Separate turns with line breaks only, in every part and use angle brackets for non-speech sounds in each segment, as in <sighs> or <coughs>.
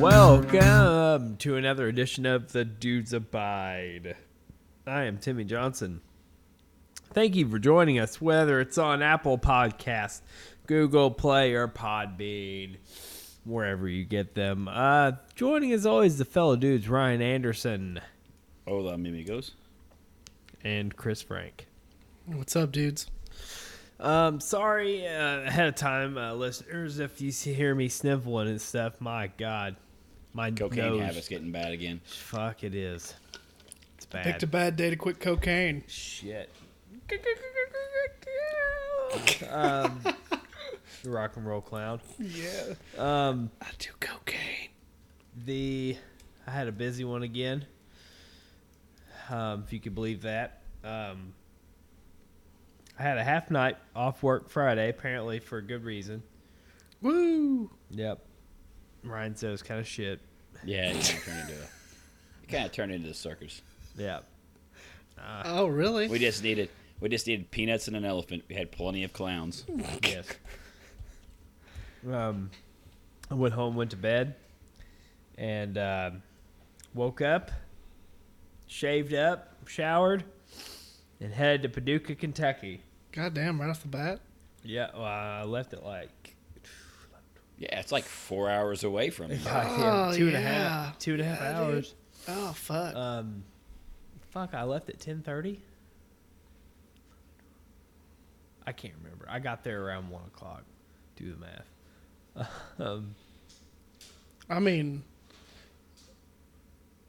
Welcome to another edition of The Dudes Abide. I am Timmy Johnson. Thank you for joining us, whether it's on Apple Podcast, Google Play, or Podbean, wherever you get them. Uh, joining as always the fellow dudes Ryan Anderson
Hola, amigos.
and Chris Frank.
What's up, dudes?
Um, sorry uh, ahead of time, uh, listeners, if you see- hear me sniffling and stuff. My God, my
Cocaine
nose.
habits getting bad again.
Fuck, it is. It's bad.
Picked a bad day to quit cocaine.
Shit. um, the rock and roll clown.
Yeah.
Um,
I do cocaine.
the I had a busy one again. Um, if you could believe that. Um, I had a half night off work Friday, apparently for a good reason.
Woo!
Yep. Ryan said it was kind of shit.
Yeah, it kind of turned into a, it kind of turned into a circus.
Yep. Uh,
oh, really?
We just needed we just needed peanuts and an elephant. We had plenty of clowns.
yes. <laughs> Um, I went home, went to bed, and um woke up, shaved up, showered, and headed to Paducah, Kentucky.
Goddamn, right off the bat.
Yeah, well, I left at like
Yeah, it's like four hours away from it.
Oh,
two and a
yeah.
half- two and a half
Yeah, dude.
hours.
Oh, fuck.
Um, fuck, I left at ten thirty. I can't remember. I got there around one o'clock. Do the math. Um,
I mean,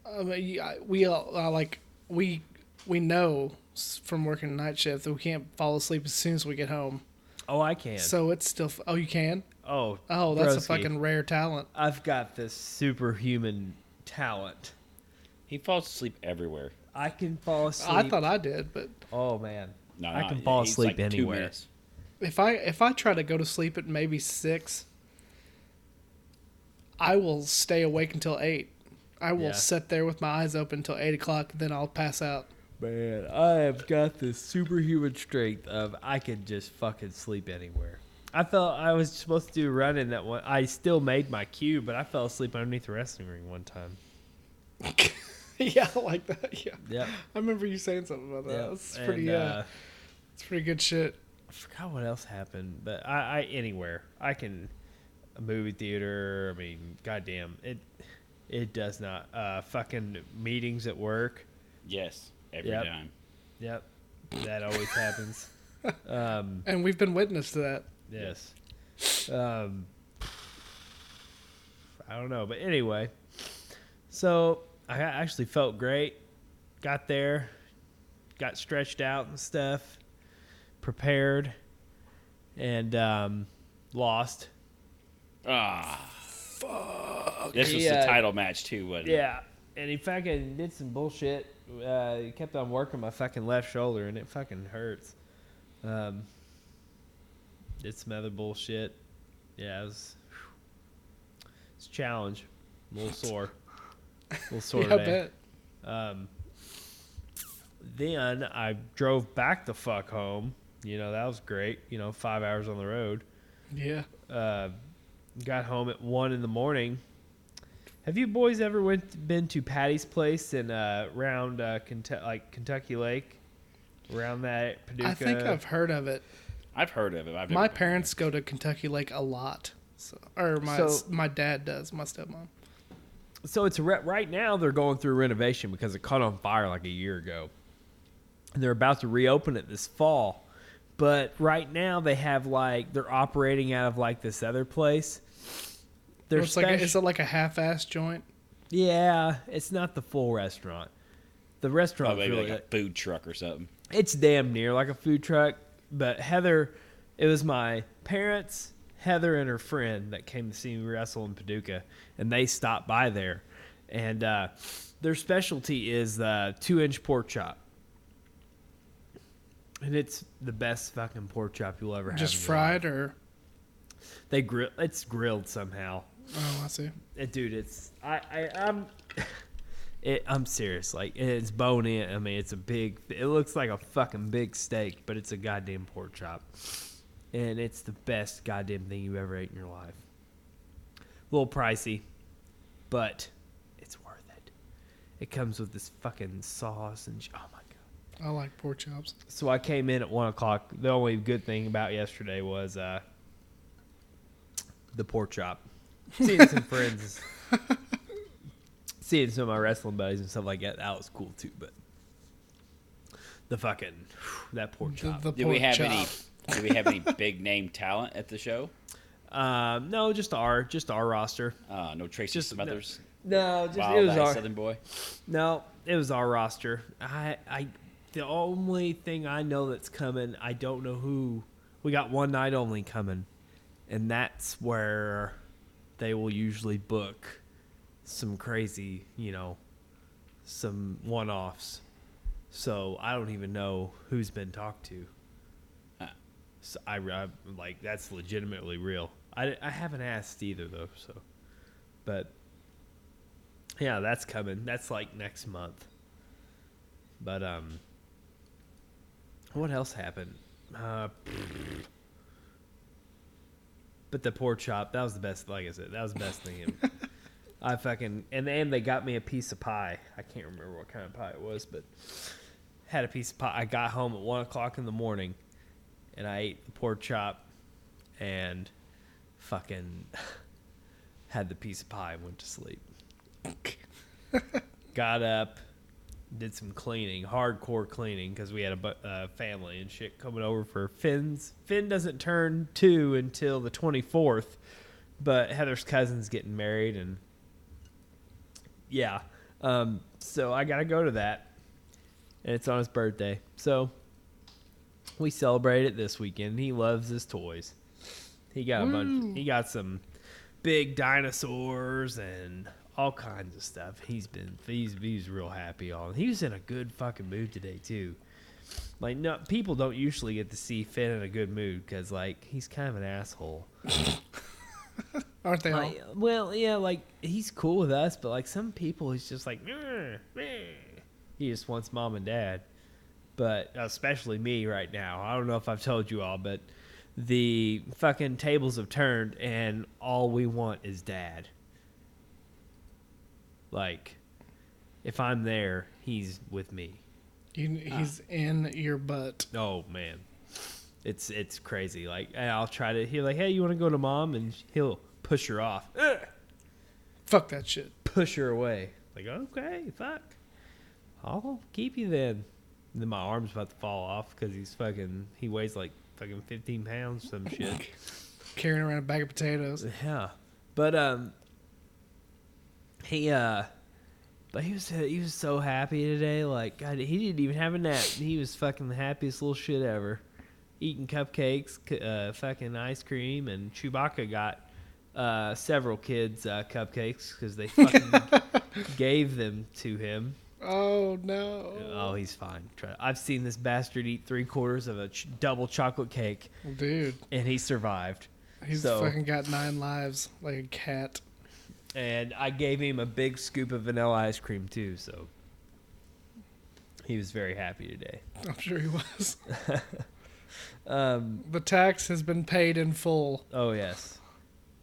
I mean, you- I- we all I, like we we know s- from working night shift that we can't fall asleep as soon as we get home.
oh, I can.
So it's still. F- oh, you can.
oh,
Oh, that's a
broski.
fucking rare talent.
I've got this superhuman talent.
He falls asleep everywhere.
I can fall asleep.
I thought I did, but
oh man,
No,
I
no,
can fall
he's
asleep
like two
anywhere.
minutes.
if I if I try to go to sleep at maybe six, I will stay awake until eight. I will
Yeah.
sit there with my eyes open until eight o'clock, then I'll pass out. <laughs>
man, I have got this superhuman strength of I could just fucking sleep anywhere. I felt I was supposed to do running that one. I still made my cue, but I fell asleep underneath the wrestling ring one time.
yeah, I like that. Yeah,
<laughs> Yep.
I remember you saying something about that.
yep.
That's
And,
pretty.
uh,
uh, it's pretty good shit.
I forgot what else happened, but I, I anywhere I can a movie theater. I mean, goddamn it. It does not. Uh, fucking meetings at work.
Yes, every
Yep.
time.
Yep, that always happens. Um,
And we've been witness to that.
yes. Um, I don't know, but anyway, so I a- actually felt great. Got there, got stretched out and stuff, prepared, and um, lost.
Ah, fuck. This was
Yeah.
the title match too, wasn't it?
Yeah, and he fucking did some bullshit. Uh, he kept on working my fucking left shoulder, and it fucking hurts. Um, did some other bullshit. Yeah, it was. It's a challenge. I'm a little sore. A little sore
<laughs> yeah, I
today.
bet.
Um, then I drove back the fuck home. You know that was great. You know, five hours on the road.
Yeah.
Uh, got home at one in the morning. Have you boys ever went been to Patty's place in uh, around uh, Kentu- like Kentucky Lake, around that Paducah?
I think I've heard of it.
I've heard of it. I've
My
never been.
parents go to Kentucky Lake a lot. So, or my
So-
my dad does. My stepmom.
so it's re- right now they're going through renovation because it caught on fire like a year ago. And they're about to reopen it this fall. But right now they have like they're operating out of like this other place. They're
It's like a,
special-
is it like a half-ass joint?
yeah, it's not the full restaurant. The
Oh,
restaurant
maybe
really
like a food truck or something.
it's damn near like a food truck. But Heather, it was my parents, Heather and her friend that came to see me wrestle in Paducah, and they stopped by there. And uh, their specialty is uh, two inch pork chop. And it's the best fucking pork chop you'll ever have.
Just
in your
fried or?
life. They grill. It's grilled somehow.
Oh, I see.
Uh, dude, it's I I I'm <laughs> it, I'm serious. Like it's bone in. I mean, it's a big. It looks like a fucking big steak, but it's a goddamn pork chop, and it's the best goddamn thing you ever ate in your life. A little pricey, but it's worth it. It comes with this fucking sauce and sh- oh my god.
I like pork chops.
So I came in at one o'clock. The only good thing about yesterday was uh, the pork chop. Seeing <laughs> some friends, seeing some of my wrestling buddies and stuff like that. That was cool too. But the fucking that pork
The,
chop.
the
Do
pork
we have
chop.
any? Do we have any big name talent at the show?
um, no, just our just our roster.
Uh, no Tracy
Just- no.
Smothers,
No, just
Wild Eyed Southern Boy.
No, it was our roster. I, I, the only thing I know that's coming, I don't know who. We got one night only coming, and that's where they will usually book some crazy, you know, some one-offs. So I don't even know who's been talked to.
Ah.
So I, I like that's legitimately real. I, I haven't asked either though, so but yeah, that's coming. That's like next month. But um, what else happened? Uh, but the pork chop that was the best. Like I said, that was the best thing. ever. I fucking and then they got me a piece of pie. I can't remember what kind of pie it was, but had a piece of pie. I got home at one o'clock in the morning, and I ate the pork chop, and fucking <laughs> had the piece of pie and went to sleep. Got up, did some cleaning, hardcore cleaning, because we had a bu- uh, family and shit coming over for Finn's. Finn doesn't turn two until the 24th, but Heather's cousin's getting married, and yeah. Um, so I got to go to that, and it's on his birthday. So we celebrate it this weekend. He loves his toys. He got a bunch. He got some big dinosaurs and all kinds of stuff. He's been he's he's real happy. All he was in a good fucking mood today too. Like no people don't usually get to see Finn in a good mood because like he's kind of an asshole.
Aren't they all?
Like, well, yeah, like he's cool with us, but like some people, he's just like, "Meh, meh." he just wants mom and dad. But especially me right now. I don't know if I've told you all, but the fucking tables have turned, and all we want is dad. Like, if I'm there, he's with me.
You,
Uh.
he's in your butt.
Oh man, it's it's crazy. Like and I'll try to. He's like, hey, you want to go to mom? And he'll push her off. "Ugh."
Fuck that shit.
push her away. Like, okay, fuck. I'll keep you then. And then my arm's about to fall off because he's fucking. He weighs like fucking 15 pounds, some shit.
Carrying around a bag of potatoes.
yeah, but um, he uh, but he was he was so happy today. Like, God, he didn't even have a nap. He was fucking the happiest little shit ever. Eating cupcakes, c- uh, fucking ice cream, and Chewbacca got uh, several kids uh, cupcakes because they fucking gave them to him.
Oh no.
Oh, he's fine. Try- I've seen this bastard eat three quarters of a ch- double chocolate cake,
Dude,
and he survived.
he's
So-
fucking got nine lives like a cat. <laughs>
and I gave him a big scoop of vanilla ice cream too, so he was very happy today.
I'm sure he was.
<laughs> Um,
the tax has been paid in full.
oh yes,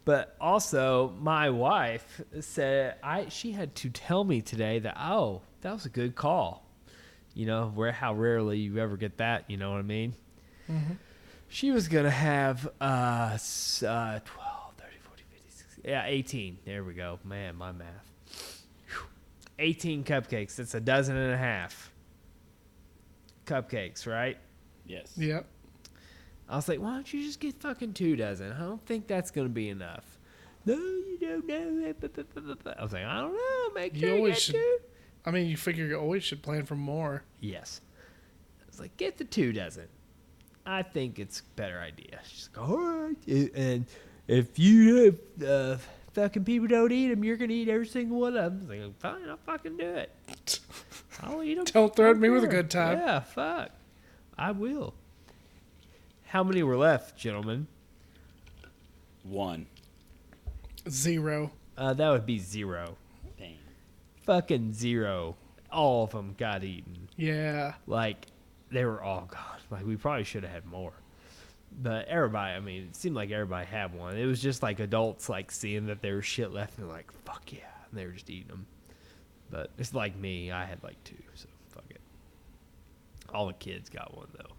but also my wife said I she had to tell me today that oh that was a good call, you know where how rarely you ever get that, you know what I mean. She was gonna have uh, s- uh 12, 30, 40, 50, 60, yeah, 18. There we go. Man, my math. Whew. 18 cupcakes. That's a dozen and a half cupcakes, right?
Yes.
Yep.
I was like, why don't you just get fucking two dozen? I don't think that's gonna be enough. No, you don't know. blah, blah, blah, blah, blah." I was like, I don't know. Make
You
sure you
always
get
should-
two.
I mean, you figure you always should plan for more.
Yes. I was like, get the two dozen. I think it's a better idea. She's like, all right. I- And if you uh, fucking people don't eat them, you're going to eat every single one of them. I was like, fine, I'll fucking do it.
<laughs>
I'll eat them.
Don't threaten me with a good time.
Yeah, fuck. I will. How many were left, gentlemen?
One.
Zero.
Uh, that would be zero.
Dang.
Fucking zero. All of them got eaten.
Yeah.
like they were all gone. <laughs> Like we probably should have had more. But everybody, I mean, it seemed like everybody had one. It was just like adults like seeing that there was shit left and they're like, fuck yeah, and they were just eating them. But it's like me, I had like two, so fuck it. All the kids got one though.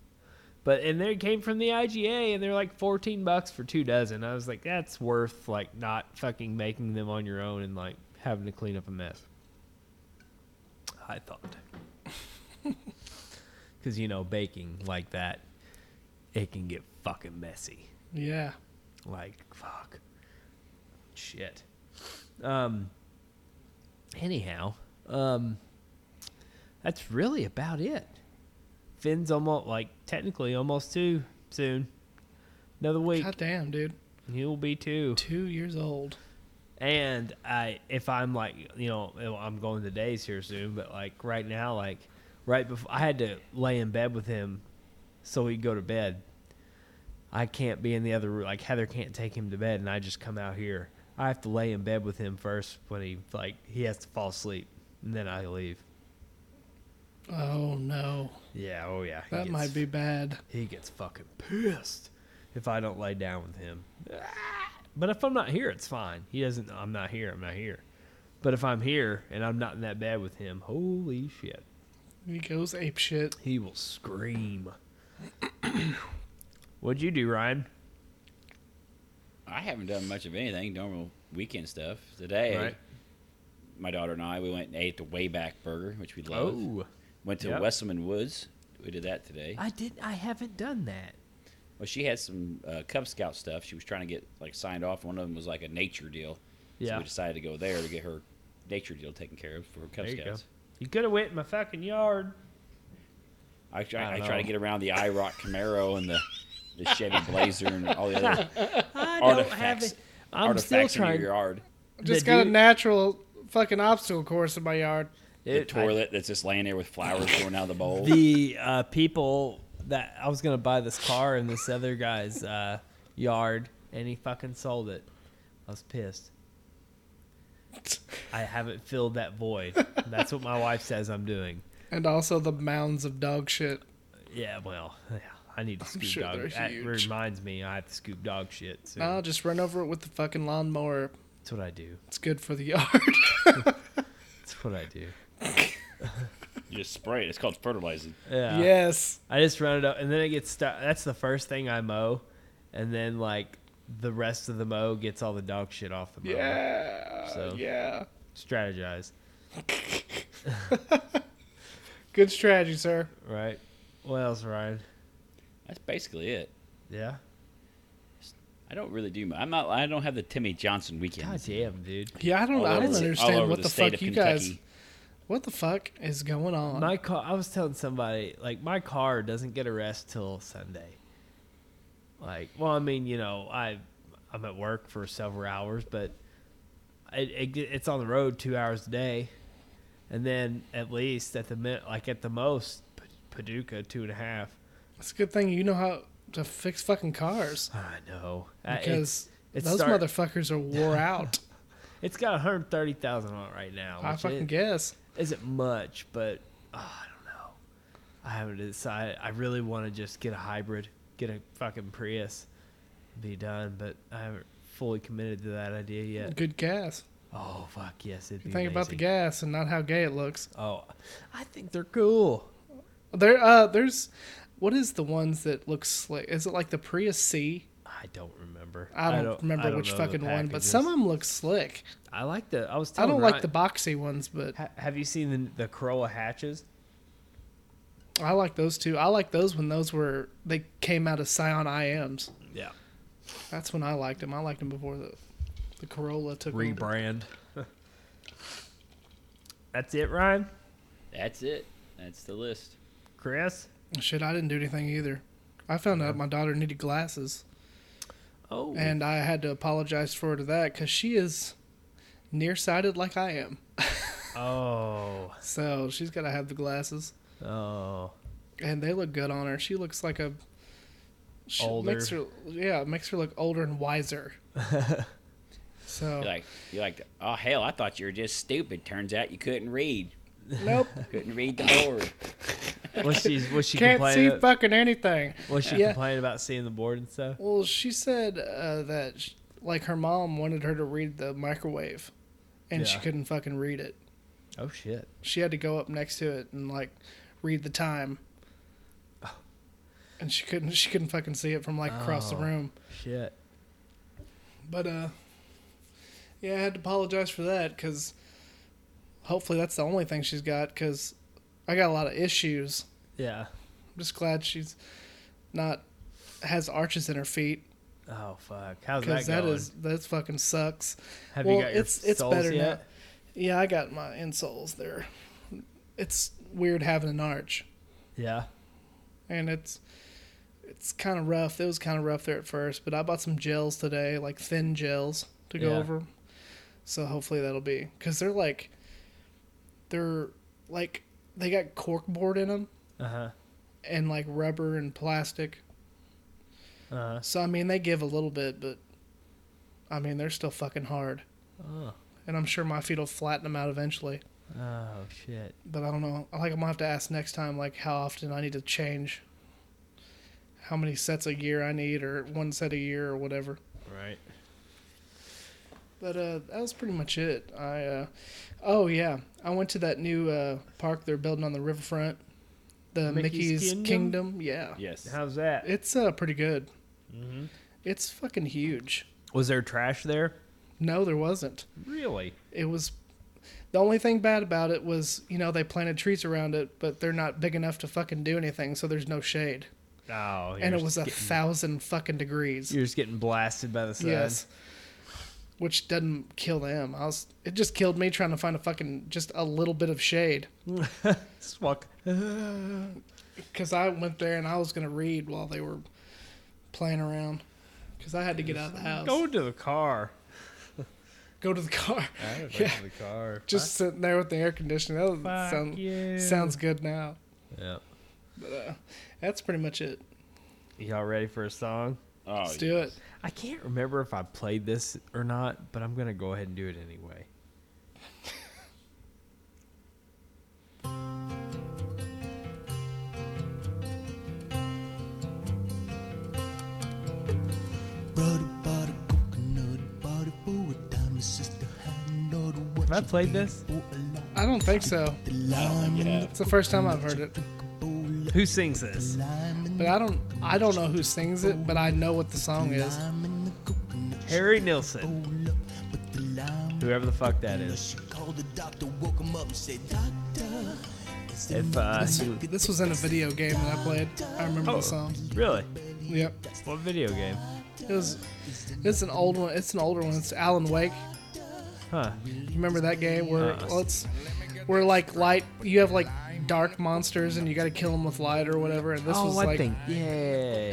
But and they came from the IGA and they're like 14 bucks for two dozen. I was like that's worth like not fucking making them on your own and like having to clean up a mess. I thought. Cuz you know baking like that it can get fucking messy.
Yeah.
Like fuck. Shit. Um anyhow, um that's really about it. Finn's almost like technically almost two soon. Another week.
God damn, dude.
He'll be two.
Two years old.
And I if I'm like you know, I'm going to days here soon, but like right now, like right before I had to lay in bed with him so he'd go to bed. I can't be in the other room. Like Heather can't take him to bed, and I just come out here. I have to lay in bed with him first when he like he has to fall asleep, and then I leave.
Oh no.
Yeah, oh yeah. he
That
gets-
might be bad.
He gets fucking pissed if I don't lay down with him. Ah! But if I'm not here, it's fine. He doesn't. I'm not here. I'm not here. But if I'm here and I'm not in that bed with him, holy shit,
He goes ape shit.
he will scream. <coughs> What'd you do, Ryan?
I haven't done much of anything. Normal weekend stuff. Today,
Right.
my daughter and I we went and ate the Wayback Burger, which we love.
Oh,
Went to
Yep.
Wesselman Woods. We did that today.
I did. I haven't done that.
Well, she had some uh, Cub Scout stuff. She was trying to get like signed off. One of them was like a nature deal. So
Yeah.
we decided to go there to get her nature deal taken care of for her Cub
There you go.
Scouts.
You could have went in my fucking yard.
I
I
try, I,
don't
try to
know.
get around the IROC Camaro and the, the
<laughs>
Chevy Blazer and all the other
I don't have
artifacts.
it. I'm still
artifacts in
trying.
your yard.
Just
The
got a
dude-
natural fucking obstacle course in my yard.
The
It- I-
toilet that's just laying there with flowers <coughs> going out of the bowl.
the uh, people that I was gonna buy this car in this other guy's uh, yard, and he fucking sold it. I was pissed. I haven't filled that void. That's what my wife says I'm doing.
And also the mounds of dog shit.
Yeah, well, yeah, I need to scoop
sure they're
dog. That
huge. Uh,
reminds me, I have to scoop dog shit. Soon.
No, just run over it with the fucking lawnmower.
That's what I do.
It's good for the <laughs> yard.
That's what I do.
You just spray it. It's called fertilizing.
Yeah.
Yes.
I just run it up, and then it gets stuck. That's the first thing I mow, and then like the rest of the mow gets all the dog shit off the mow.
Yeah.
So.
Yeah.
Strategize.
Good strategy, sir.
Right. What else, Ryan?
That's basically it.
Yeah.
I don't really do. mu- I'm not. I don't have the Timmy Johnson weekend.
God damn, dude.
Yeah, I don't.
All
I
over
don't
the- all
understand
over
what the,
the state
fuck
of
you guys.
Kentucky.
What the fuck is going on?
My car. I was telling somebody like my car doesn't get a rest till Sunday. Like, well, I mean, you know, I I'm at work for several hours, but it, it get- it's on the road two hours a day, and then at least at the min- like at the most, P- Paducah two and a half.
it's a good thing you know how to fix fucking cars
I know Uh, it's-
because
it's
those
start-
motherfuckers
<laughs>
are wore out.
it's got 130,000 on it right now.
I
which
fucking
is-
guess.
isn't much, but uh, I don't know. I haven't decided. I really want to just get a hybrid, get a fucking Prius, be done. But I haven't fully committed to that idea yet.
Good gas.
Oh fuck yes, it'd be
Think about the
amazing.
gas and not how gay it looks.
Oh, I think they're cool.
There, uh, there's, what is the ones that look slick? Is it like the Prius C?
I don't remember.
I don't, remember
I don't
which
know the
fucking one, but
packages.
some of them look slick.
I like the. I was.
I
Telling
don't like the
Ryan-
boxy ones, but
Ha- have you seen the the Corolla hatches?
I like those too. I like those when those were they came out of Scion IMs.
Yeah.
That's when I liked them. I liked them before the the Corolla took over.
Rebrand. <laughs> That's it, Ryan.
That's it. That's the list.
Chris.
Shit, I didn't do anything either. I found out my daughter needed glasses,
Oh.
and I had to apologize for her to that because she is nearsighted like I am.
oh.
So she's got to have the glasses,
Oh,
and they look good on her. She looks like a she
Older.
Makes her, yeah, makes her look older and
<laughs>
wiser. so
You're like, you're like, oh hell! I thought you were just stupid. Turns out you couldn't read.
<laughs>
nope,
Couldn't read the board.
was she was she
can't see
complaining?
fucking anything.
was she
Yeah.
complaining about seeing the board and stuff?
Well, she said uh, that sh like her mom wanted her to read the microwave, and she
Yeah.
couldn't fucking read it.
Oh shit.
She had to go up next to it and like read the time.
Oh.
And she couldn't she couldn't fucking see it from like across the
Oh.
room.
Shit.
But uh yeah, I had to apologize for that cuz hopefully that's the only thing she's got cuz I got a lot of issues.
Yeah.
I'm just glad she's not has arches in her feet
Oh fuck. How's that
cuz that
going?
is that fucking sucks.
Have
well,
you got your
it's- it's
soles
better now.
yet?
Yeah, I got my insoles there. It's weird having an arch.
Yeah.
and it's it's kind of rough. It was kind of rough there at first, but I bought some gels today, like thin gels to go
Yeah.
over 'em. So hopefully that'll be because they're like they're like they got cork board in them
Uh huh.
and like rubber and plastic.
Uh huh.
So I mean they give a little bit, but I mean they're still fucking hard.
Oh.
And I'm sure my feet will flatten them out eventually.
Oh shit.
But I don't know. I Like I'm gonna have to ask next time, like how often I need to change, how many sets a year I need, or one set a year, or whatever.
Right.
But uh, that was pretty much it. I uh, oh yeah, I went to that new uh, park they're building on the riverfront, the
Mickey's
Mickey's,
Kingdom?
Kingdom. Yeah,
Yes.
How's that?
it's uh, pretty good.
Mm-hmm.
It's fucking huge.
Was there trash there?
No, there wasn't.
Really?
It was the only thing bad about it was you know they planted trees around it, but they're not big enough to fucking do anything, so there's no shade.
Oh.
and
you're
it was a
just getting-
thousand fucking degrees.
You're just getting blasted by the sun.
Yes. Which doesn't kill them. I was. It just killed me trying to find a fucking just a little bit of shade.
Just walk.
Cause I went there and I was gonna read while they were playing around. Cause I had to get out of the house,
Go to the car.
go to the car. <laughs>
I
Yeah.
to the car.
Just sitting there with the air conditioning. That
Fuck
was- sound,
you.
sounds good now.
Yeah.
But uh, that's pretty much it.
Y'all ready for a song?
Oh,
Let's do it.
I can't remember if I played this or not, but I'm gonna go ahead and do it anyway.
Brother bought a coconut, bought it for a dime. His sister had another what
Have I
she
played
did
this?
for a lot.
I don't think so.
The lime
you
in
have.
It's the first time I've heard it.
the bowl,
Who sings this?
lime in
But I don't. I don't know who sings it, but I know what the song
the
is.
lime in the coconut. she
Harry Nilsson.
bowl up, but the lime
Whoever the fuck that
in the-
is.
She called the doctor, woke him up and said, Doctor, is there
If uh,
This,
you-
this was in a video game that I played. I remember
Oh.
the song.
really,
Yep.
what video game?
It was. It's an old one. It's an older one. It's Alan Wake.
Huh?
You remember that game where
Uh-uh.
well, it's where like light. You have like dark monsters and you got to kill them with light or whatever. And this
oh,
was
I
like.
think yeah.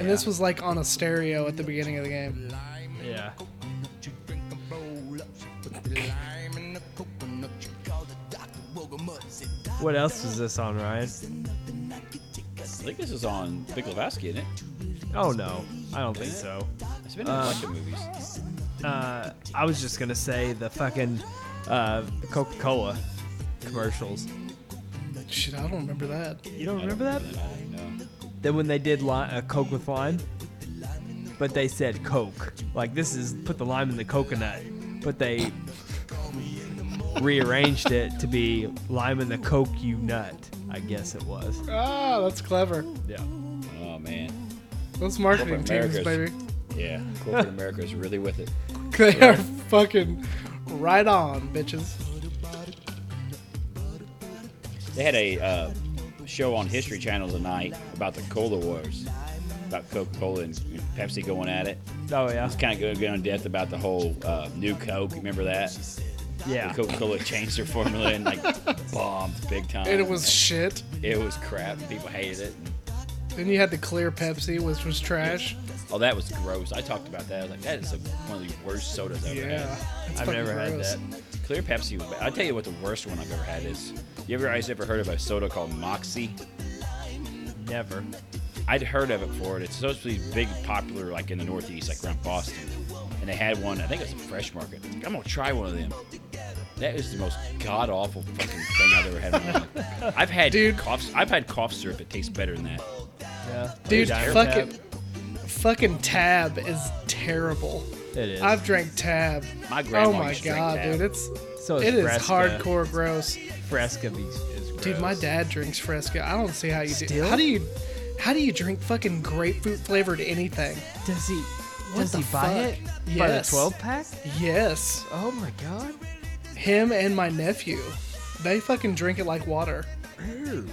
And this was like on a stereo at the beginning of the game.
yeah.
She drink a bowl up, she put the lime in the coconut. She called the doctor, woke him up and said, Doctor,
What else is this on, Ryan?
nothing I could take. I
I
said,
think this is on Big Lebowski, isn't it?
Oh no, I don't think so.
It's been in a bunch of movies.
Uh, I was just gonna say the fucking uh, Coca-Cola commercials.
Shit, I don't remember that.
You don't remember that?
No.
Then when they did li- uh, Coke with lime, but they said Coke. Like this is put the lime in the coconut, but they rearranged it to be lime in the Coke you nut. I guess it was.
Ah, that's clever.
Yeah.
Oh man.
Those marketing
Corporate
teams,
America's-
baby. <laughs>
Yeah. Corporate America is really with it.
They are fucking right on, bitches.
They had a uh, show on History Channel tonight about the cola wars, about Coca-Cola and Pepsi going at it.
Oh yeah.
It's kind of going, going in depth about the whole uh, new Coke. Remember that?
Yeah.
Coca-Cola changed their formula and
<laughs>
like bombed big time.
And it was shit.
it was crap. People hated it.
Then you had the clear Pepsi, which was trash.
Oh, that was gross. I talked about that. I was like, that is the- one of the worst sodas I've ever
Yeah.
had.
It's
I've
fucking
never had
gross.
that.
Clear Pepsi. was bad. I'll tell you what the worst one I've ever had is. You ever guys ever heard of a soda called Moxie?
Never.
I'd heard of it before. and It's supposed to be big, popular, like in the Northeast, like around Boston. And they had one. I think it was a Fresh Market. I'm gonna try one of them. That is the most god awful fucking thing I've ever had. In
<laughs>
my life. I've had
Dude.
cough. I've had cough syrup that tastes better than that.
Yeah.
Dude,
Diet
fucking
Pep.
fucking tab is terrible.
It is.
I've drank tab.
My grandma
Oh my
used to drink
god,
tab.
dude, it's
so
it is
Fresca.
hardcore gross.
Fresca be- is gross.
Dude, my dad drinks Fresca. I don't see how you do.
Still?
How do you, how do you drink fucking grapefruit flavored anything?
does he? does
the
he buy it
fuck?
by the
Yes.
twelve pack?
Yes,
Oh my god.
him and my nephew, they fucking drink it like water.
Ew.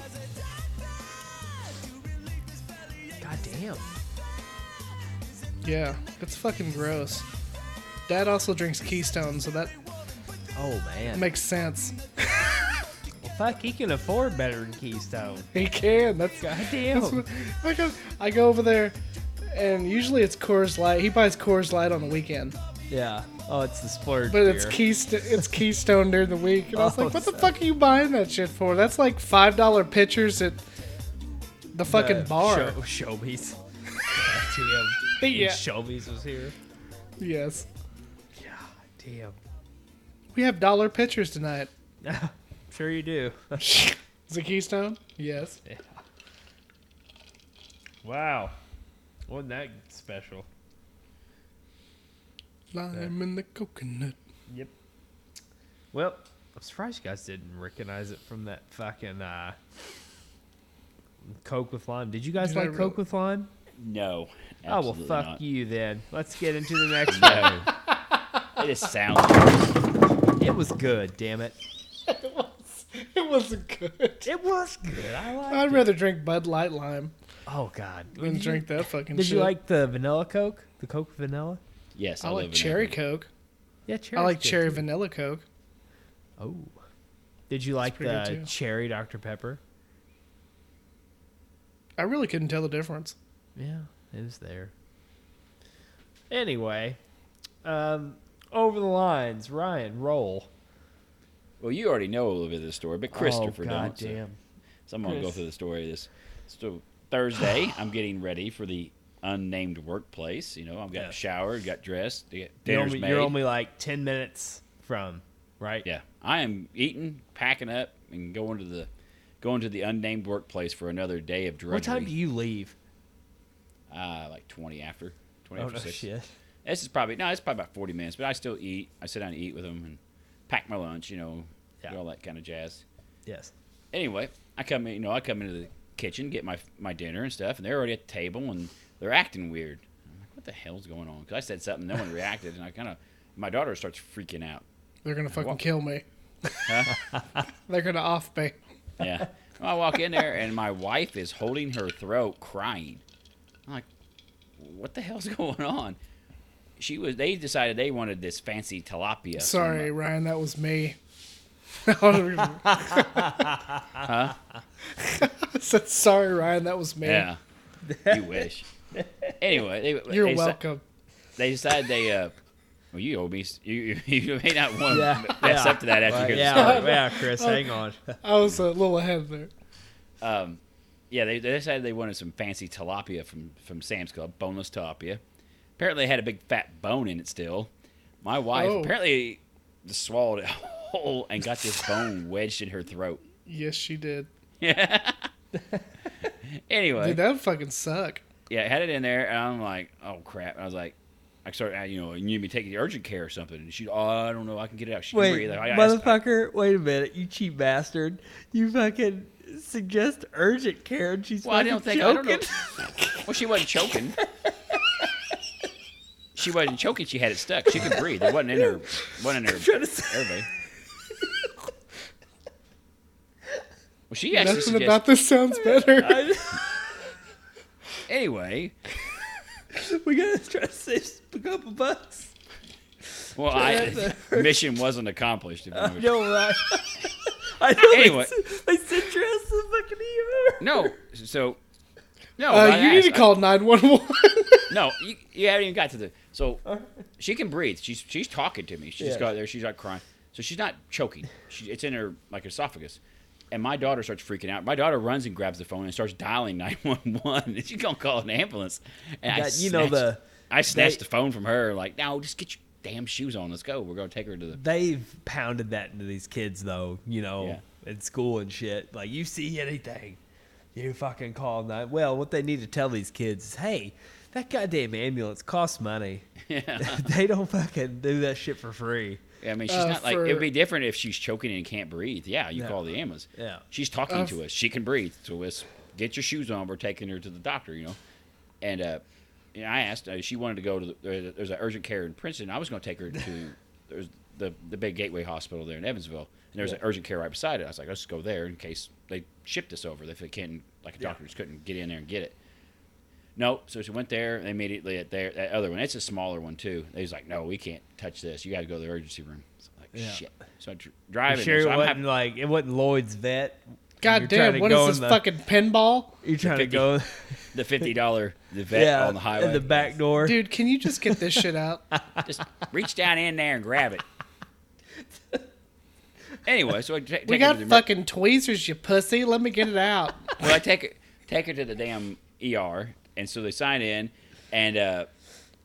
God damn.
Yeah, it's fucking gross. Dad also drinks Keystone, so that
Oh man.
makes sense.
Fuck, he can afford better than Keystone.
He can. That's
God
That's
damn.
what- I go, I go over there, and usually it's Coors Light. He buys Coors Light on the weekend,
yeah. Oh, it's the splurge.
but it's
beer.
Keystone. It's Keystone during the week, and I
<laughs>
was
Oh,
like, "What the
so-
fuck are you buying that shit for? That's like five dollar pitchers at the fucking
The
bar."
Show, <laughs> Showbies. God damn.
Yeah.
Showbies was here.
Yes,
God damn.
we have dollar pitchers tonight.
<laughs> sure you do. <laughs>
Is it Keystone? Yes.
wow. Wasn't that special?
Lime and the coconut.
Yep. Well, I'm surprised you guys didn't recognize it from that fucking uh, Coke with lime. Did you guys
Did I
like Coke
really-
with lime?
No.
Oh well,
absolutely
fuck
not.
you then. Let's get into the next one.
No. it is sound.
It was good, damn it.
<laughs> It wasn't good.
It was good. I liked
I'd
it.
rather drink Bud Light Lime
Oh god. Did
than
you-
drink that fucking
Did
shit.
you like the vanilla Coke? The Coke with vanilla?
Yes, I,
I
live
like
in
cherry
that.
coke.
Yeah, cherry.
I like cherry vanilla coke.
Oh. Did you like
pretty good,
the
too.
cherry Dr Pepper?
I really couldn't tell the difference.
Yeah, it was there. Anyway, um, over the lines, Ryan, roll.
Well, you already know a little bit of the story, but Christopher
oh,
don't.
God
so-
damn.
So I'm gonna go
Chris.
through the story of this. So Thursday,
<sighs>
I'm getting ready for the unnamed workplace. You know, I've got
Yeah.
showered, got dressed, got
You're
dinner's
only,
made.
you're only like 10 minutes from, right?
yeah, I am eating, packing up, and going to the going to the unnamed workplace for another day of drudgery.
What time do you leave?
Uh, like 20 after. 20
Oh,
after
no
six.
shit.
This is probably no, it's probably about 40 minutes, but I still eat. I sit down and eat with them and pack my lunch. You know,
Yeah.
do all that kind of jazz.
Yes.
anyway, I come in, you know, I come into the kitchen, get my my dinner and stuff, and they're already at the table and they're acting weird. I'm like, what the hell's going on? Because I said something, no one reacted, and I kind of, my daughter starts freaking out.
They're gonna fucking
walk-
kill me. <laughs> They're gonna off me.
Yeah, <laughs> Well, I walk in there and my wife is holding her throat, crying. I'm like, what the hell's <laughs> going on? She was. They decided they wanted this fancy tilapia. So I'm
Sorry,
like,
Ryan, that was me. <laughs> huh? I said, sorry, Ryan, that was me.
yeah. you wish. Anyway, they,
You're
they deci-
welcome.
they decided they uh well you owe me you, you, <laughs> you may not want
Yeah.
to mess up to that after you hear the
yeah, yeah,
<laughs>
Chris,
Oh.
hang on.
I was a little ahead there.
yeah they, they decided they wanted some fancy tilapia from from sam's club boneless tilapia apparently it had a big fat bone in it still my wife
Oh.
apparently just swallowed it <laughs> whole and got this
<laughs>
bone wedged in her throat
Yes, she did.
anyway
Dude, that would fucking suck.
yeah it had it in there and i'm like oh crap i was like I started, you know, you need me taking the urgent care or something. And she, oh, I don't know, I can get it out. She can breathe. I, I,
motherfucker, wait a minute, you cheap bastard. You fucking suggest urgent care and she's
Well, I don't think I don't know. Well, she wasn't choking. she wasn't choking. She had it stuck. She could breathe. It wasn't in her. wasn't in
<laughs>
her.
trying to say-
airway. Well, she actually
Nothing
suggested.
about this sounds better.
anyway,
we gotta try to save a couple bucks.
<laughs> well, I, <laughs> mission wasn't accomplished. If you know.
No, I, uh, <laughs> I know.
Anyway.
they, they sent your ass to the fucking ER.
no, so no.
Uh,
I
you need to
asked. I-
call <laughs> 911.
No, you, you haven't even got to the. So she can breathe. She's she's talking to me. She's
Yeah.
just got there. She's not crying. So she's not choking. She, it's in her like esophagus. And my daughter starts freaking out. My daughter runs and grabs the phone and starts dialing nine one one. <laughs> She's gonna call an ambulance. And I
That- you know
snatched-
the-
I snatched
they-
the phone from her. Like, no, just get your damn shoes on. Let's go. We're gonna take her to the.
They've pounded that into these kids, though. You know,
Yeah.
in school and shit. Like, you see anything, you fucking call nine. Well, what they need to tell these kids is, hey, That goddamn ambulance costs money.
<laughs> Yeah.
<laughs> they don't fucking do that shit for free.
I mean, she's
Uh,
not like it
for-
would be different if she's choking and can't breathe. Yeah, you
Yeah.
call the ambulance.
Yeah.
she's talking
Uh,
to us. She can breathe. So let's get your shoes on. We're taking her to the doctor. You know, and uh, and I asked. Uh, she wanted to go to the, there- there's an urgent care in Princeton. I was going to take her to there's the the big Gateway Hospital there in Evansville, and there's an urgent care right beside it. I was like, let's go there in case they ship this over if they can like a
Yeah.
doctor just couldn't get in there and get it. No, so she went there. They immediately at their that other one. It's a smaller one too. They was like, "No, we can't touch this. You got to go to the urgency room." So I'm like,
Yeah.
"Shit!" So I dr- drive in.
sure,
there.
it
So I'm
wasn't
having-
like it wasn't Lloyd's vet.
God
You're trying
damn,
to
what is
go in
this
the-
fucking pinball?
You're trying to
50
go, <laughs>
the fifty dollar the <laughs> vet
yeah,
on the highway.
in the back door.
Dude, can you just get this
<laughs>
shit out?
Just reach down in there and grab it. anyway, so I ta- take
We
her
got
to the emer-
fucking tweezers, you pussy. Let me get it out.
well, I take her take her to the damn ER, and so they sign in, and uh,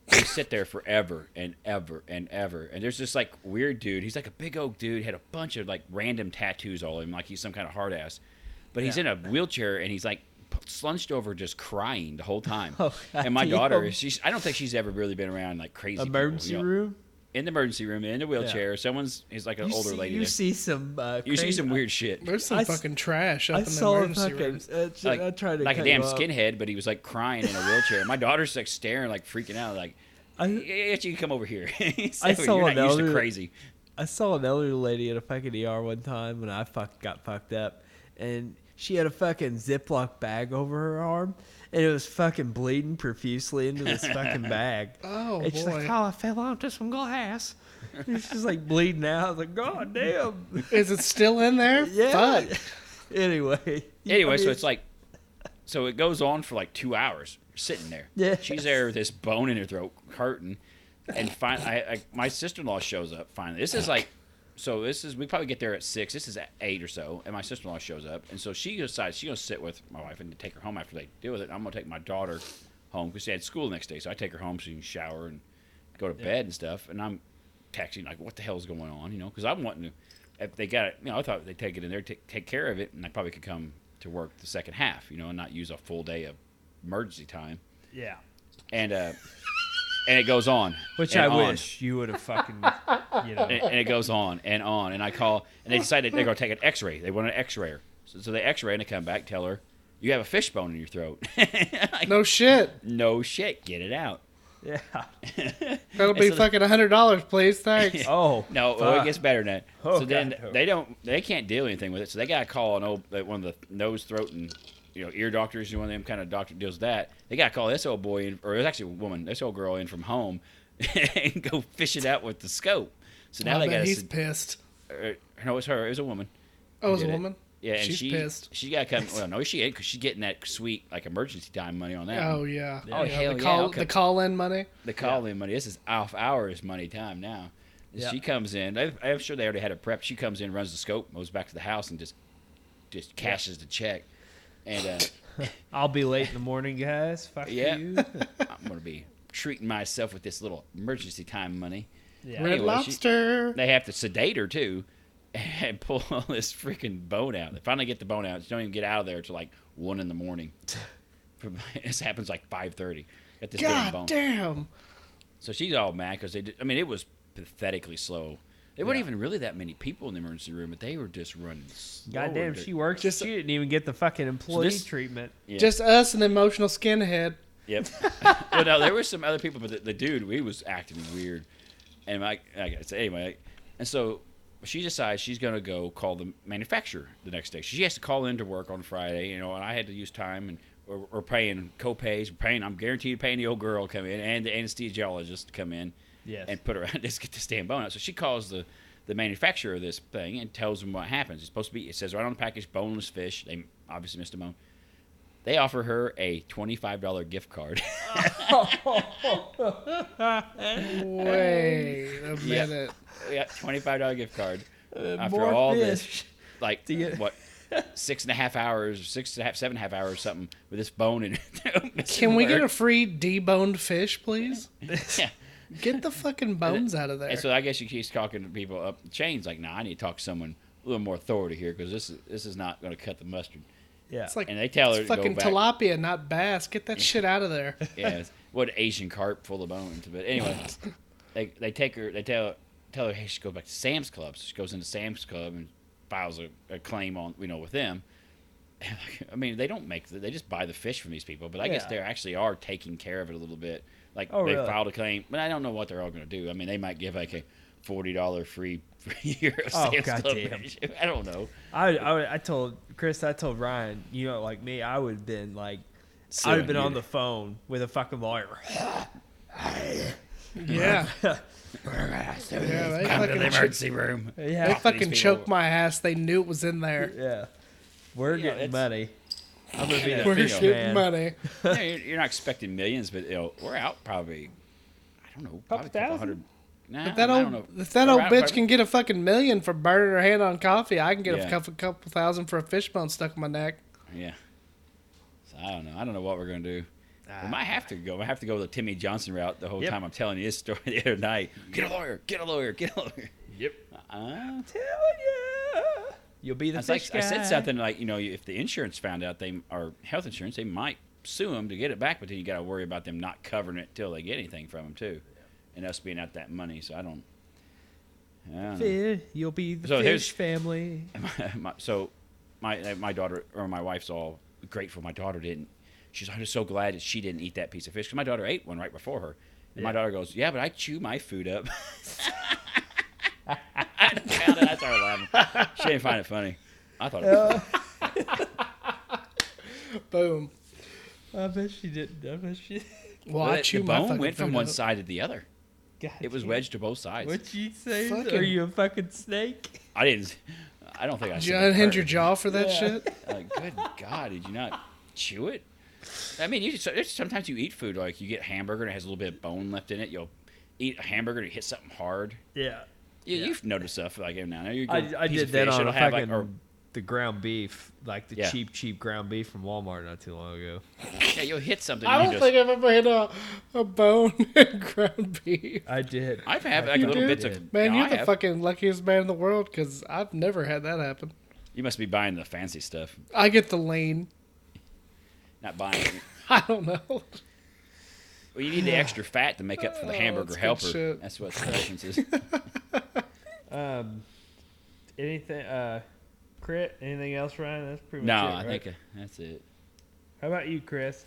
they sit there forever and ever and ever. And there's this like weird dude. He's like a big old dude, had a bunch of like random tattoos all over him, like he's some kind of hard ass. But he's in a wheelchair, and he's like p- slunched over, just crying the whole time.
<laughs> Oh,
and my
goddamn.
daughter, she's I don't think she's ever really been around like crazy people, you
Emergency
know.
room.
in the emergency room in the wheelchair. Someone's he's like an
You
older
see,
lady.
you
there.
see some. Uh,
you see
crazy-
some weird shit.
There's some
I s-
fucking trash up
I
in the
saw a
emergency
fucking.
rooms.
Uh, sh-
like,
I tried to
like a
cut
damn
you off.
skinhead, but he was like crying in a wheelchair. My daughter's like staring, like freaking out, like.
I-
I, yeah, you can come over here. <laughs> I
I saw
You're
an
not used to
elder-
crazy.
I saw an elderly lady at a fucking ER one time when I fuck, got fucked up, and she had a fucking Ziploc bag over her arm, and it was fucking bleeding profusely into this fucking bag.
Oh,
and she's like, <laughs>
boy.
"Oh, I fell onto some glass." <laughs> And she's like bleeding out. I was like, "God
<laughs>
damn!"
Is it still in there?
<laughs> Yeah.
Fuck.
anyway.
<laughs> Anyway, so it's
like.
like, so it goes on for like two hours sitting there.
Yeah.
She's there with this bone in her throat, hurting, and finally, I, I, my sister-in-law shows up. Finally, this is like, so this is we probably get there at six. This is at eight or so, and my sister-in-law shows up, and so she decides she's gonna sit with my wife and take her home after they deal with it. I'm gonna take my daughter home because she had school the next day, so I take her home so she can shower and go to bed and stuff. And I'm texting like, what the hell's going on, you know? Because I'm wanting to. If they got it, you know, I thought they'd take it in there, take, take care of it, and I probably could come to work the second half, you know, and not use a full day of emergency time
Yeah.
and uh, and it goes on,
Which
and
I
on,
wish you would have fucking, <laughs> you know.
and, and it goes on and on, and I call, and they decided they're gonna take an X-ray. They want an X-rayer, so, so they X-ray and they come back, tell her you have a fishbone in your throat. <laughs> Like,
No shit.
no shit, get it out.
Yeah.
That'll be
so the-
fucking hundred dollars, please.
<laughs>
Thanks.
Oh.
No, well,
fuck.
it gets better than that.
Oh,
so then
God.
they don't, they can't deal anything with it. So they gotta call an old like, one of the nose, throat, and you know ear doctors. One of them kind of doctor deals with that. They gotta call this old boy, in, or it was actually a woman, this old girl in from home, <laughs> and go fish it out with the scope. So now
I
they
bet
got
Oh, he's pissed.
or, uh, no, it was her. It was a woman.
Oh, it's a
Did it.
woman.
Yeah, and
she's
she
pissed.
she got come. Well, no, she ain't because she's getting that sweet like emergency time money on that.
Oh
one.
yeah.
Oh, hell
the
yeah,
call,
I'll come-
The call in money.
the call in money. This is off hours money time now. And
Yeah.
She comes in. I, I'm sure they already had it prepped. She comes in, runs the scope, goes back to the house, and just just cashes the check. And uh,
I'll be late in the morning, guys. Fuck
Yeah. <laughs>
you.
I'm gonna be treating myself with this little emergency time money.
Yeah.
Red
Anyway, she-
Lobster.
They have to sedate her too, <laughs> and pull all this freaking bone out. They finally get the bone out. She don't even get out of there till like one in the morning. <laughs> this happens like five thirty. Got this damn bone.
God damn.
So she's all mad because they. Did, I mean, it was pathetically slow. There weren't even really that many people in the emergency room, but they were just running. slow
Goddamn,
and dirt-
she works.
Just-
she didn't even get the fucking employee
this-
treatment.
Yeah.
Just us and the emotional skinhead.
Yep. well, no, there were some other people, but the, the dude, we was acting weird, and I, I so anyway, and so she decides she's gonna go call the manufacturer the next day. She has to call in to work on Friday, you know, and I had to use time and. We're, we're paying co-pays. We're paying. I'm guaranteed paying the old girl to come in and the anesthesiologist to come in,
Yes.
and put her <laughs> out. Just get this damn bone out. So she calls the the manufacturer of this thing and tells them what happens. It's supposed to be. It says right on the package, boneless fish. They obviously missed a bone. They offer her a twenty-five dollar gift card. <laughs>
Wait a
Yeah. <laughs>
minute.
yeah, twenty-five dollar gift card. After
Uh, more
all
fish.
this, like
<laughs> To get-
what, six and a half hours, six and a half, seven and a half hours, something with this bone in. it. <laughs>
Can we get a free deboned fish, please?
<laughs> Yeah.
Get the fucking bones out of there.
And so I guess she keeps talking to people up the chains. Like, nah, I need to talk to someone a little more authority here because this is this is not going to cut the mustard.
Yeah.
It's like
and they tell
it's
her to go
fucking
back. <laughs>
tilapia, not bass. Get that shit out of there.
Yes. what Asian carp full of bones.
<laughs>
But anyway, they they take her. They tell tell her hey, she goes back to Sam's Club. So she goes into Sam's Club and files a, a claim on you know with them. I mean, they don't make. They just buy the fish from these people, but I guess
Yeah.
they actually are taking care of it a little bit. Like
Oh,
they
really?
filed a claim, but I don't know what they're all going to do. I mean, they might give like a forty dollar free free <laughs> year of
Oh,
Sam's Club.
goddamn.
membership. <laughs> I don't know.
I, I I told Chris, I told Ryan, you know, like me, I would have been like, I
Suing
would have been
you.
on the phone with a fucking
<laughs>
lawyer.
Yeah. yeah, they
Come to the
fucking, ch-
emergency room.
they
yeah,
fucking
people-
choked my ass. They knew it was in there.
yeah. We're
Yeah,
getting
it's-
money. I'm gonna be
Yeah.
the
<laughs> We're
fish man.
shooting money.
<laughs> You know, you're, you're not expecting millions, but you know, we're out probably. I don't know, probably a couple
thousand?
hundred. Nah,
If that
I
old,
don't know.
if that
We're
old
out
bitch
probably-
can get a fucking million for burning her hand on coffee, I can get
Yeah.
a couple, couple thousand for a fishbone stuck in my neck.
Yeah. So I don't know. I don't know what we're gonna do.
Ah.
we might have to go. I have to go the Timmy Johnson route the whole
Yep.
time. I'm telling you this story <laughs> the other night. Get a lawyer. Get a lawyer. Get a lawyer.
Yep.
Uh,
Telling ya. You'll be the
I, was
fish
like, I said
guy.
something like, you know, if the insurance found out they or health insurance, they might sue them to get it back, but then you got to worry about them not covering it till they get anything from them too, and us being out that money. So I don't. I don't know.
Fi- You'll be the
uh, So here's-
fish family.
my, <laughs> my, so my uh, my daughter or my wife's all grateful my daughter didn't. She's I'm just so glad that she didn't eat that piece of fish 'cause my daughter ate one right before her. And my
Yeah.
daughter goes, "Yeah, but I chew my food up." <laughs>
<laughs>
I found it. I started laughing. She didn't find it funny. I thought it was
Boom.
I bet she didn't. I bet she. <laughs>
Well,
Well,
I
the-
chew
the
my
bone
fucking
went from
food
one
up.
side to the other.
God
It was
damn.
wedged to both sides.
What'd you say? Are
Fucking-
you a fucking snake?
I didn't. I don't think I.
Did you
said it
unhinge your
correctly.
jaw for that
Yeah.
<laughs>
shit?
Like, good God, did you not chew it? I mean, you so- there's- sometimes you eat food like you get a hamburger and it has a little bit of bone left in it. You'll eat a hamburger and it hits something hard.
Yeah.
You,
Yeah.
You've noticed stuff like every now and then. You
I,
get a
I
piece
did
of
that
fish,
on
it'll
a
have, like,
fucking
or-
the ground beef, like the
Yeah.
cheap cheap ground beef from Walmart not too long ago.
yeah, <laughs> you'll hit something.
I
and
don't
you
think I've ever had a, a bone <laughs> and ground beef.
I did.
I've had like
You
little
did?
bits of.
Man,
no,
you're
I
the
have.
fucking luckiest man in the world because I've never had that happen.
You must be buying the fancy stuff,
I get the lean. <laughs>
not buying.
I don't know.
well, you need the extra fat to make up for the
Oh,
hamburger
that's good
helper.
shit.
That's
<laughs>
what the difference is.
Um, anything? Uh, crit? Anything else, Ryan? That's pretty much
no,
it.
I
right?
think uh, that's it.
How about you, Chris?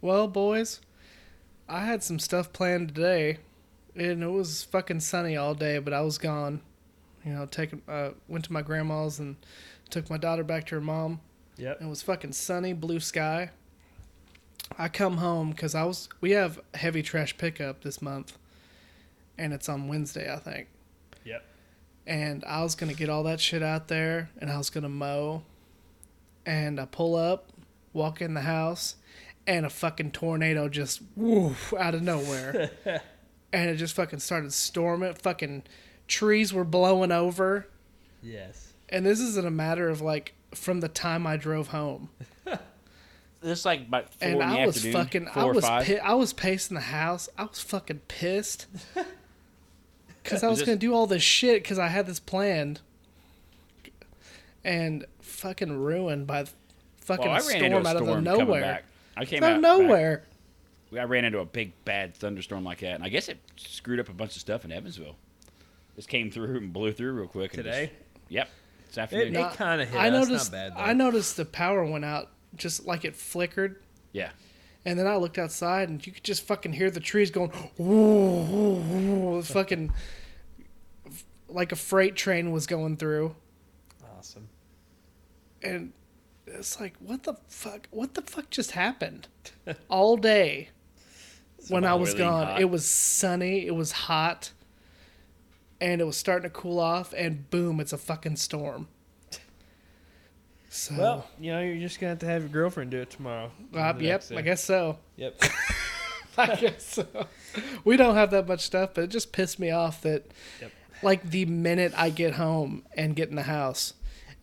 Well, boys, I had some stuff planned today, and it was fucking sunny all day, but I was gone. You know, taking uh, went to my grandma's and took my daughter back to her mom.
Yep.
It was fucking sunny, blue sky. I come home because I was. We have heavy trash pickup this month, and it's on Wednesday, I think.
Yep.
And I was gonna get all that shit out there, and I was gonna mow. And I pull up, walk in the house, and a fucking tornado just woof out of nowhere, and it just fucking started storming. Fucking trees were blowing over
Yes.
and this isn't a matter of like from the time I drove home,
This like about four
and
in the
I was
afternoon,
fucking,
four
I
or
was,
five.
pi- I was pacing the house, I was fucking
<laughs>
pissed, because I
Was
was
this-
gonna do all this shit because I had this planned, and fucking ruined by the fucking
Well, I ran into
storm,
a
out of the
storm coming
nowhere,
back. I came
out
out
of
back.
nowhere.
I ran into a big bad thunderstorm like that, and I guess it screwed up a bunch of stuff in Evansville. Just came through and blew through real quick. and
Today?
just- yep, this afternoon.
It kinda hit
I
us, not
noticed,
bad, though.
I noticed the power went out, just like it flickered.
yeah,
And then I looked outside, and you could just fucking hear the trees going, <laughs> "Ooh, ooh, ooh," fucking, like a freight train was going through.
Awesome.
And it's like, what the fuck? What the fuck just happened? <laughs> All day, when I was
boiling
gone,
hot.
it was sunny, it was hot, and it was starting to cool off. And boom, it's a fucking storm. So,
Well, you know, you're just gonna have to have your girlfriend do it tomorrow.
uh, yep, I guess so. <laughs>
Yep.
I guess so. We don't have that much stuff, but it just pissed me off that,
Yep.
like, the minute I get home and get in the house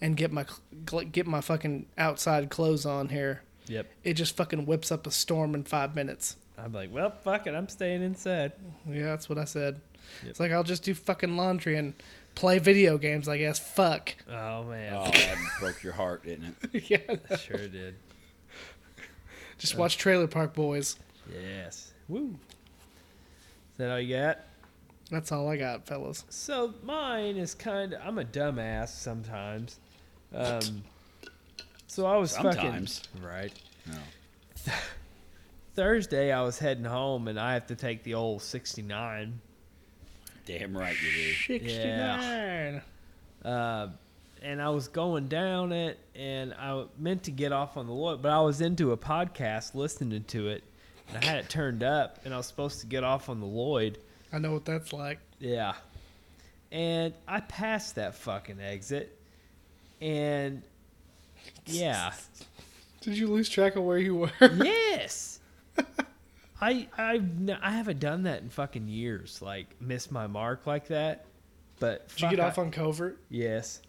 and get my cl- get my fucking outside clothes on here,
Yep.
it just fucking whips up a storm in five minutes.
I'm like, well, fuck it. I'm staying inside.
Yeah, that's what I said.
Yep.
It's like I'll just do fucking laundry and play video games. I guess. Fuck. <laughs>
Oh
oh,
man,
that <laughs> broke your heart, didn't it?
yeah.
sure did.
Just watch Trailer Park Boys.
Yes. Woo. Is that all you got?
That's all I got, fellas.
So mine is kind of. I'm a dumbass sometimes. Um, so I was
Sometimes.
fucking right.
No.
<laughs> Thursday I was heading home and I have to take the old 69.
Damn right you do.
69.
Uh, and I was going down it and I meant to get off on the Lloyd, but I was into a podcast listening to it and I had it turned up and I was supposed to get off on the Lloyd.
I know what that's like.
Yeah. And I passed that fucking exit. And yeah.
Did you lose track of where you were?
yes. I I've n- I haven't done that in fucking years. Like miss my mark like that. But
Did you get
fuck,
off
I-
on covert? <laughs>
yes.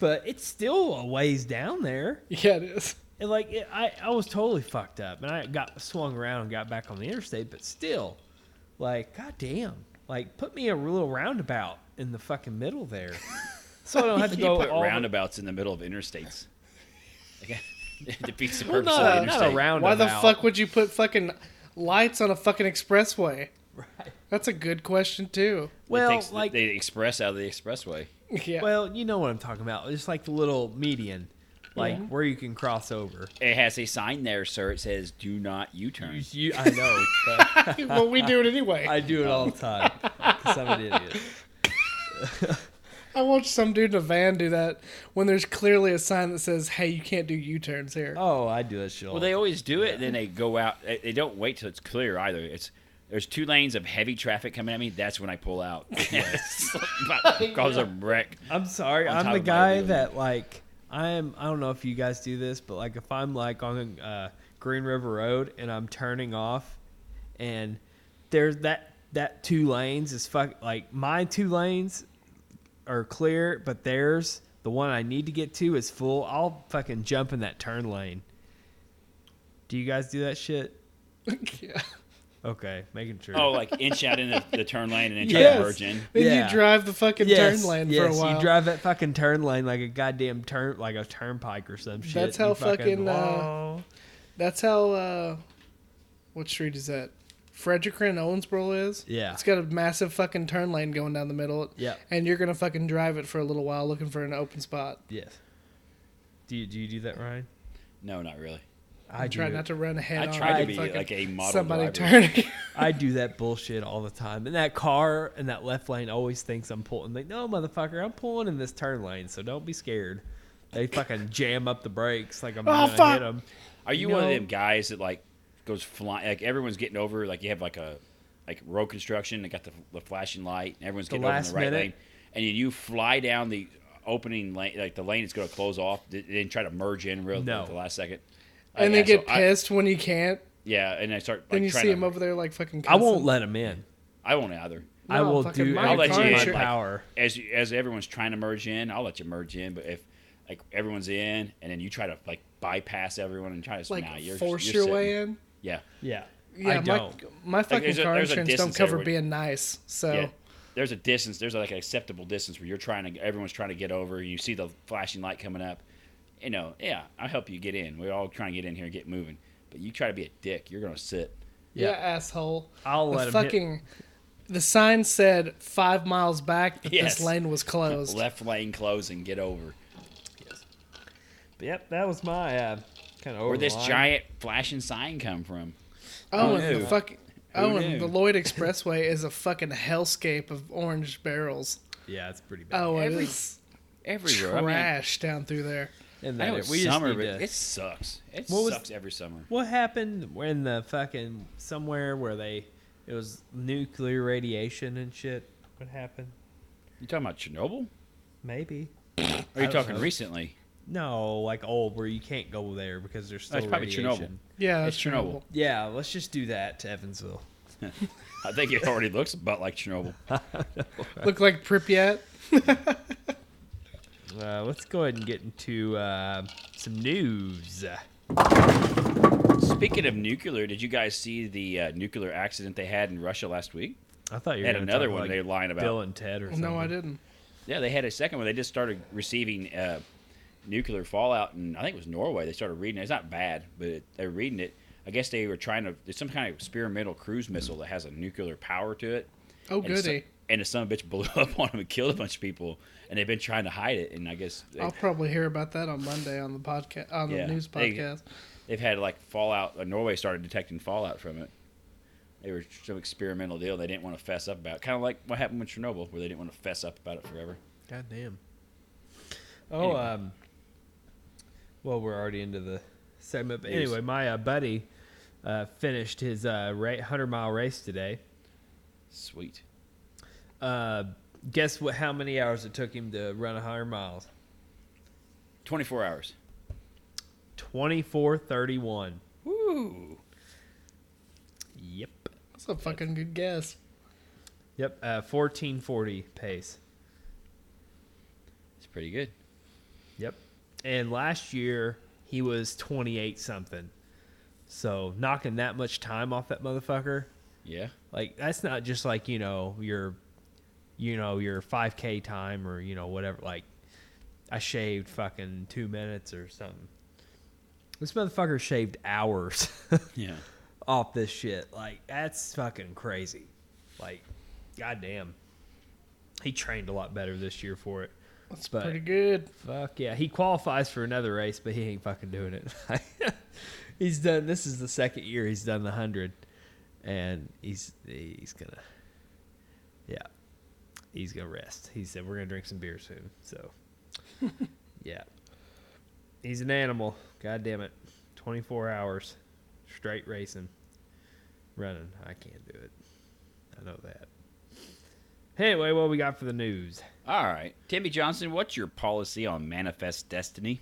but it's still a ways down there.
Yeah, it is.
And like it, I I was totally fucked up, and I got swung around and got back on the interstate. But still, like goddamn, like put me a little roundabout in the fucking middle there, so I don't have to
You
go
put
all the-
roundabouts in the middle of interstates. <laughs> Like, it defeats the
Well,
purpose
Uh, not,
of
a-
the
not
interstate.
a roundabout.
Why the fuck would you put fucking lights on a fucking expressway?
Right.
That's a good question too. <laughs>
Well,
it takes the-
like
the express out of the expressway.
Yeah.
Well, you know what I'm talking about. It's like the little median, like where you can cross over.
It has a sign there, sir. It says "Do not U-turn."
You, I know. but
<laughs> well, we do it anyway. I,
I do it all the time. 'cause I'm an idiot.
watched some dude in a van do that when there's clearly a sign that says, "Hey, you can't do U-turns here."
Oh, I do that shit. all
Well, they always do it. Then they go out. They they don't wait till it's clear either. It's there's two lanes of heavy traffic coming at me. That's when I pull
<laughs>
out. It's <laughs> about to Cause a wreck.
I'm sorry.
on
I'm
top
the
of my
guy
wheel.
that like I'm. I don't know if you guys do this, but like if I'm like on uh, Green River Road and I'm turning off, and there's that that two lanes is fuck like my two lanes are clear, but theirs the one I need to get to is full. I'll fucking jump in that turn lane. Do you guys do that shit?
<laughs> yeah.
Okay, making sure.
<laughs> Oh, like inch out in the, the turn lane and then try
Yes.
to merge in.
Then
Yeah.
you drive the fucking
Yes,
turn lane
yes,
for a while.
you drive that fucking turn lane like a goddamn turn, like a turnpike or some shit.
That's how
You
fucking, uh,
"Whoa."
That's how. uh What street is that? Fredericker and Owensboro is.
Yeah.
It's got a massive fucking turn lane going down the middle.
Yeah.
And you're gonna fucking drive it for a little while looking for an open spot.
Yes. Do you do you do that, Ryan?
No, not really.
I do.
Try
it.
not to run ahead.
I
on
try to be
fucking
like a model
Somebody
driver.
turning.
I do that bullshit all the time. And that car in that left lane always thinks I'm pulling. Like, no, motherfucker, I'm pulling in this turn lane, so don't be scared. They fucking jam up the brakes like I'm gonna
Oh, fuck.
hit them.
Are you
You
one of
know-
them guys that like goes flying? Like everyone's getting over. Like you have like a like road construction. They got the, the flashing light. And everyone's
The
getting over in
last
the right
minute.
lane, and then you fly down the opening lane, like the lane is going to close off, th- then try to merge in real
No.
at the last second.
<laughs> and
Like, yeah,
then get
so I-
pissed when you can't.
yeah, and I start. Like,
Then you
trying
see
to,
him over there like fucking.
I won't
cussing.
let them in.
I won't either.
I
No,
will
fucking
do
my
everything
car
in my
insurance-
power.
As you, as everyone's trying to merge in, I'll let you merge in. But if like everyone's in, and then you try to like bypass everyone and try to
like
nah, you're,
force
you're
your
sitting.
way in.
Yeah,
Yeah.
Yeah,
I
my,
don't.
my fucking
there's a-
car
there's a
insurance don't
distance
cover
there.
being nice. So
Yeah. There's a distance. There's like an acceptable distance where you're trying to. Everyone's trying to get over. You see the flashing light coming up. You know, yeah, I'll help you get in. We're all trying to get in here and get moving. But you try to be a dick, you're gonna sit.
Yeah.
yeah, asshole.
I'll
the
let 'em hit-
fucking. The sign said five miles back that
Yes.
this lane was closed.
Left lane close and get over.
But yep, that was my uh, kind of over
Where'd
the
this
line.
giant flashing sign come from?
oh, and
Who
the
knew?
fucking.
Who
Oh, and the
knew?
Lloyd Expressway is a fucking hellscape of orange barrels.
Yeah, it's pretty bad.
Oh, it
Every-
is
Everywhere.
trash down through there.
and
I, mean, I
that
know
it-
it's
we just
summer,
need
but
to-
it sucks. It
What was-
sucks every summer.
What happened when the fucking somewhere where they it was nuclear radiation and shit? What happened?
You talking about Chernobyl?
Maybe.
Or are you
don't
talking
know.
recently?
No, like old where you can't go there because there's
Oh,
still
it's probably
radiation.
Chernobyl.
Yeah,
It's
that's
Chernobyl.
Chernobyl.
Yeah, let's just do that to Evansville.
I think it already looks about like Chernobyl.
Look like Pripyat.
Uh, let's go ahead and get into uh, some news.
Speaking of nuclear, did you guys see the uh, nuclear accident they had in Russia last week?
I thought you
They
were
had
gonna
another
talk
one
like
they lying about.
Bill and Ted or something.
No, I didn't.
Yeah, they had a second one. They just started receiving uh, nuclear fallout, and I think it was Norway. They started reading it. It's not bad, but it, they're reading it. I guess they were trying to. There's some kind of experimental cruise missile that has a nuclear power to it.
Oh,
And the son-
goody.
and the son of a bitch <laughs> blew up on him and killed a bunch of people, and they've been trying to hide it. And I guess they,
I'll probably hear about that on Monday on the podcast on
Yeah.
the news
Hey,
podcast.
they've had like fallout. uh, Norway started detecting fallout from it. They were some experimental deal they didn't want to fess up about. Kind of like what happened with Chernobyl, where they didn't want to fess up about it forever.
God damn. Oh,
Anyway.
um, well, we're already into the segment. But
News.
anyway, my uh, buddy uh, finished his uh, ra- 100 mile race today.
Sweet.
Uh, guess what? How many hours it took him to run 100 miles?
24 hours.
2431.
Woo!
Yep.
That's a fucking good guess.
Yep. Uh, 1440 pace.
It's pretty good.
Yep. And last year he was 28 something. So knocking that much time off that motherfucker,
Yeah.
like that's not just like, you know, your you know, your 5k time or you know whatever like I shaved fucking 2 minutes or something. This motherfucker shaved hours <laughs>
Yeah.
off this shit. Like that's fucking crazy. Like goddamn. He trained a lot better this year for it.
That's
But-
pretty good.
Fuck yeah, he qualifies for another race, but he ain't fucking doing it. <laughs> he's done. This is the second year he's done the hundred, and he's he's gonna, yeah, he's gonna rest. He said we're gonna drink some beer soon. So, yeah, he's an animal. God damn it, twenty four hours straight racing, running. I can't do it. I know that. Anyway, what we got for the news?
All right. Timmy Johnson, what's your policy on manifest destiny?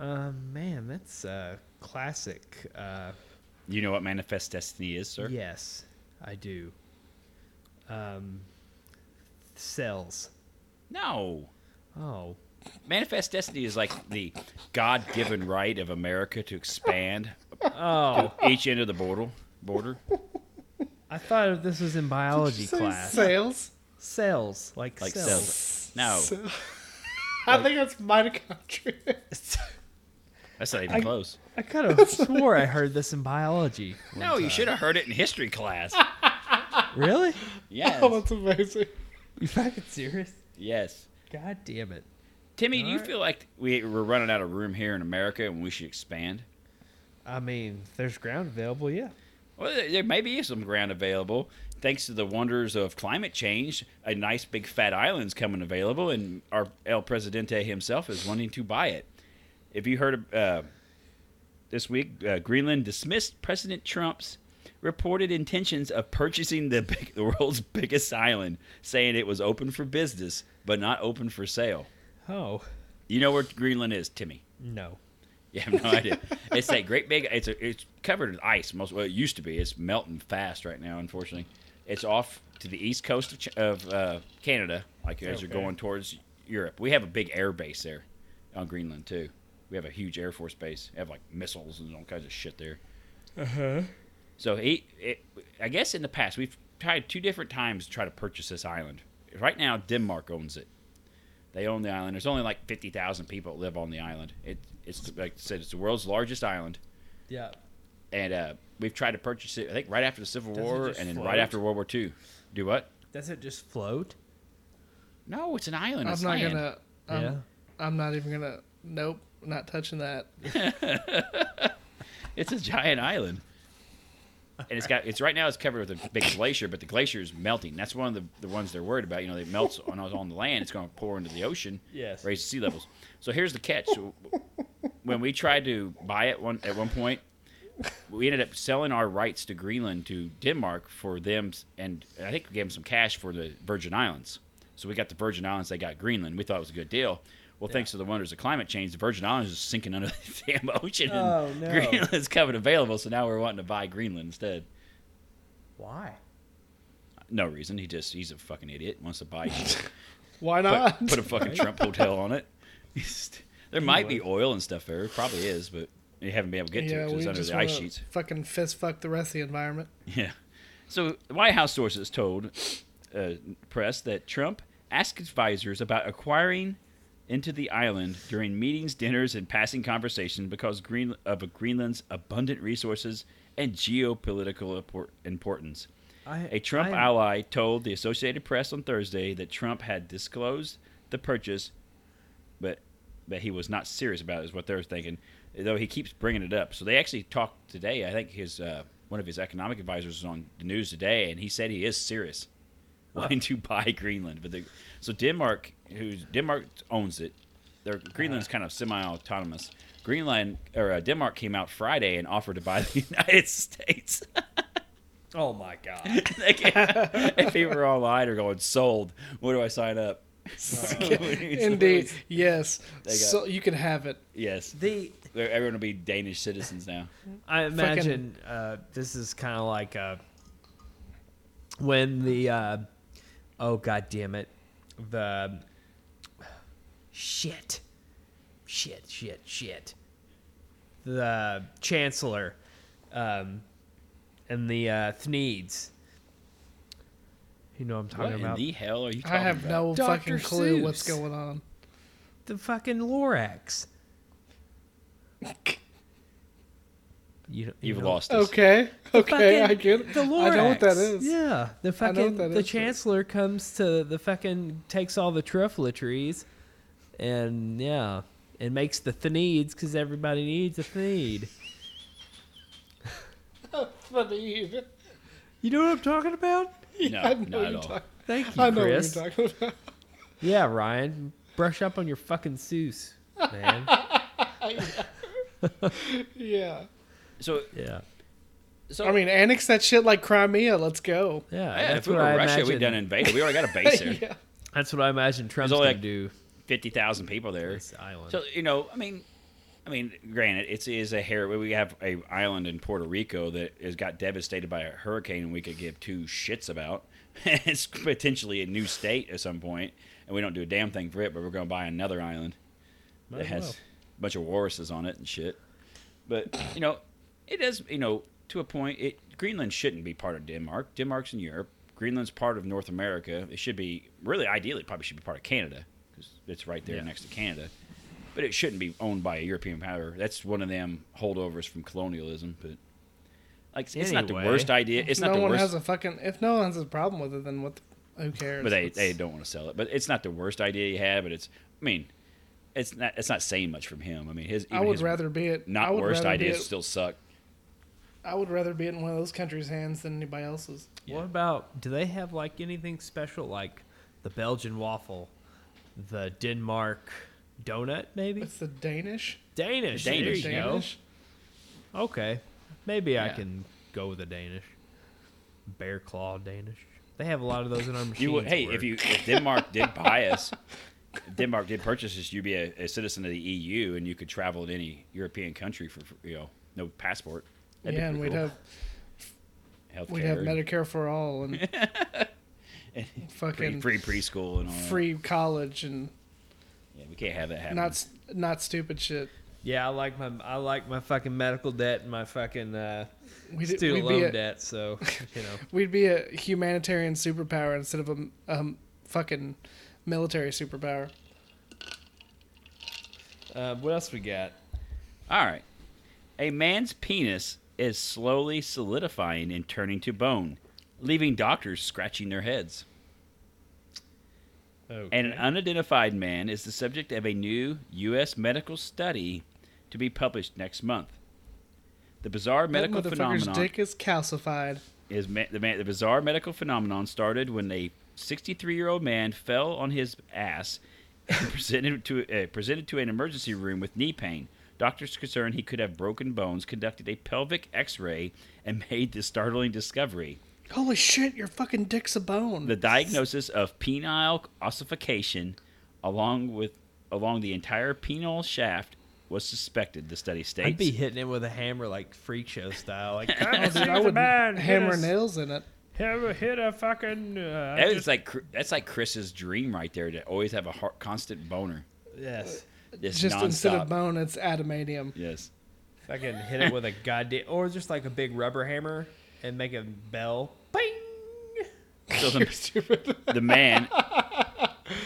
Uh, man, that's uh, classic. Uh,
You know what manifest destiny is, sir?
Yes, I do. Um, cells.
No.
Oh,
Manifest destiny is like the God given right of America to expand
oh!
each end of the border. Border.
I thought this was in biology
Say
class.
Sales.
cells, like,
Like
cells.
cells. No.
<laughs> I think that's <laughs> mitochondria.
That's not even close.
<laughs> I could have swore I heard this in biology.
No, you should have heard it in history class.
Really?
<laughs> Oh,
Yes.
that's amazing.
You fucking serious?
yes.
God damn it!
Timmy, do you
Alright.
feel like we, we're running out of room here in America and we should expand?
I mean, if there's ground available. Yeah.
Well, there- there may be some ground available thanks to the wonders of climate change. A nice big fat island's coming available, and our El Presidente himself is wanting to buy it. If you heard uh, this week, uh, Greenland dismissed President Trump's reported intentions of purchasing the, big, <laughs> the world's biggest island, saying it was open for business but not open for sale.
Oh
You know where Greenland is, Timmy?
no.
You have no idea. It's that great big. It's a, it's covered in ice. Most well, it used to be. It's melting fast right now. Unfortunately, it's off to the east coast of, Ch- of uh, Canada. Like as you're
Okay.
going towards Europe, we have a big air base there on Greenland too. We have a huge air force base. We have like missiles and all kinds of shit there. So he, it, I guess in the past we've tried two different times to try to purchase this island. Right now, Denmark owns it. They own the island. There's only like fifty thousand people that live on the island. It, it's like I said, it's the world's largest island,
Yeah.
and uh, we've tried to purchase it. I think right after the Civil
Does it
War,
just
and then
float?
right after World War II. Do what?
Does it just float?
No, it's an island.
I'm
it's
not
land.
gonna. I'm,
Yeah.
I'm not even gonna. Nope. Not touching that.
It's a giant island. And it's got it's right now it's covered with a big glacier, but the glacier is melting. That's one of the, the ones they're worried about. You know,
<laughs>
it melts on on the land, it's going to pour into the ocean,
Yes.
raise the sea levels. So here's the catch: So, when we tried to buy it one at one point, we ended up selling our rights to Greenland to Denmark for them, and I think we gave them some cash for the Virgin Islands. So we got the Virgin Islands, they got Greenland. We thought it was a good deal. Well, thanks to the wonders of climate change, the Virgin Islands is sinking under <laughs> the damn ocean, and
Oh, no.
Greenland's coming available. So now we're wanting to buy Greenland instead.
Why?
No reason. He just he's a fucking idiot. Wants to
<laughs>
buy.
Why
<laughs>
not?
put, put a fucking Trump hotel on it. <laughs> there might be oil and stuff there. It probably is, but they haven't been able to get to it
yeah,
'cause
we
it's under
just
the ice
wanna
sheets.
fucking fist fuck the rest of the <laughs> environment.
<laughs> Yeah. So the White House sources told uh, press that Trump asked advisors about acquiring into the island during meetings, dinners, and passing conversation because Green, of Greenland's abundant resources and geopolitical impor- importance.
I-
A Trump
I-
ally told the Associated Press on Thursday that Trump had disclosed the purchase, but but he was not serious about it. Is what they're thinking. Though he keeps bringing it up. So they actually talked today. I think his uh, one of his economic advisors was on the news today, and he said he is serious wanting to buy Greenland. But the, so Denmark, who's Denmark owns it. Their Greenland's kind of semi-autonomous. Greenland or uh, Denmark came out Friday and offered to buy <laughs> the United States. <laughs>
Oh my god.
Like, if he were online or going sold, where do I sign up? <laughs>
Indeed. Yes.
got-
So you can have it.
Yes.
The
They're- Everyone will be Danish citizens now.
I imagine uh, this is kind of like uh, when the uh, oh god damn it the shit shit shit shit the chancellor um, and the uh, Thneeds. You know what I'm <laughs>
What
talking
in
about
the hell are you talking
I have
about?
no
Dr.
fucking clue what's
Seuss.
going on.
the fucking
<laughs>
Lorax. You, you
You've
know-
lost us.
Okay. <laughs> Okay.
fucking-
I get it.
The Lorax.
I know what that is.
Yeah, the
I know what
fucking
that
the
is.
chancellor comes to the fucking takes all the truffle trees, and yeah, and makes the thneeds because everybody needs a thneed.
Funny. <laughs>
You know what I'm talking about?
No,
E,
not
I know what
at
you're
all.
talking-
Thank you,
I know
Chris.
what you're talking about. <laughs>
yeah, Ryan, brush up on your fucking Seuss,
<laughs>
man.
Yeah.
So,
yeah,
so
I mean, annex that shit like Crimea. Let's go.
yeah.
yeah, if
that's
we
what
were
I
Russia,
imagine.
we'd done invaded. We already got a base there.
<laughs> yeah.
That's what I imagine Trump's
only
gonna
like-
do.
Fifty thousand people there.
This island.
So you know, I mean, I mean, granted, it's is a hair. We have a island in Puerto Rico that has got devastated by a hurricane, and we could give two shits about. <laughs> it's potentially a new state at some point, and we don't do a damn thing for it. But we're going to buy another island
Might
that
as
has
well.
a bunch of walruses on it and shit. But you know, it does. You know, to a point, it Greenland shouldn't be part of Denmark. Denmark's in Europe. Greenland's part of North America. It should be really ideally it probably should be part of Canada because it's right there next to Canada. But it shouldn't be owned by a European power. That's one of them holdovers from colonialism. But like, it's not the
Anyway.
worst idea. It's
no
not the
one
worst.
has a fucking. If no one has a problem with it, then what? The, who cares?
but they,
It's-
they don't want to sell it. But it's not the worst idea you have. But it's I mean, it's not it's not saying much from him. I mean, his
I
even
would
his
rather be it. I
not
would
worst
rather be
ideas
it-
still suck.
I would rather be it in one of those countries' hands than anybody else's.
What about do they have like anything special like the Belgian waffle, the Denmark donut maybe?
It's the Danish.
Danish.
Danish,
There you go.
Danish.
Okay. Maybe I
Yeah.
can go with the Danish. Bear claw Danish. They have a lot of those in our machines.
You would,
at
hey,
work.
if you if Denmark did buy us, if Denmark did purchase us, you'd be a, a citizen of the EU and you could travel to any European country for, for, you know no passport. That'd be
yeah, and we'd
pretty
have
cool. healthcare,
we'd have
and
Medicare for
<laughs>
all and <laughs>
free,
fucking free,
free preschool and all. that.
college and
Yeah, we can't have that happen.
not s- not stupid shit.
yeah, I like my I like my fucking medical debt and my fucking uh,
We'd,
student
we'd be
loan
a,
debt. So you know,
We'd be a humanitarian superpower instead of a um, fucking military superpower.
uh, what else we got?
All right. A man's penis is slowly solidifying and turning to bone, leaving doctors scratching their heads.
Okay.
And an unidentified man is the subject of a new U.S. medical study to be published next month. The bizarre medical
that motherfucker's
phenomenon
dick is calcified.
is ma- the, man, the bizarre medical phenomenon started when a 63-year-old man fell on his ass and <laughs> presented to uh, presented to an emergency room with knee pain. Doctors concerned he could have broken bones conducted a pelvic X-ray and <laughs> made this startling discovery:
Holy shit! Your fucking dick's a bone.
the diagnosis of penile ossification, along with along the entire penile shaft, was suspected. The study states.
I'd be hitting him with a hammer like freak show style, like
<laughs>
Oh, dude, I would hammer nails in it.
Have hit a fucking. Uh,
that is like Chr- that's like Chris's dream right there to always have a heart, constant boner.
yes.
This
Just instead
nonstop.
of bone, it's adamantium.
Yes.
Fucking hit it with a goddamn, or just like a big rubber hammer and make a bell. Bing.
So the, the man,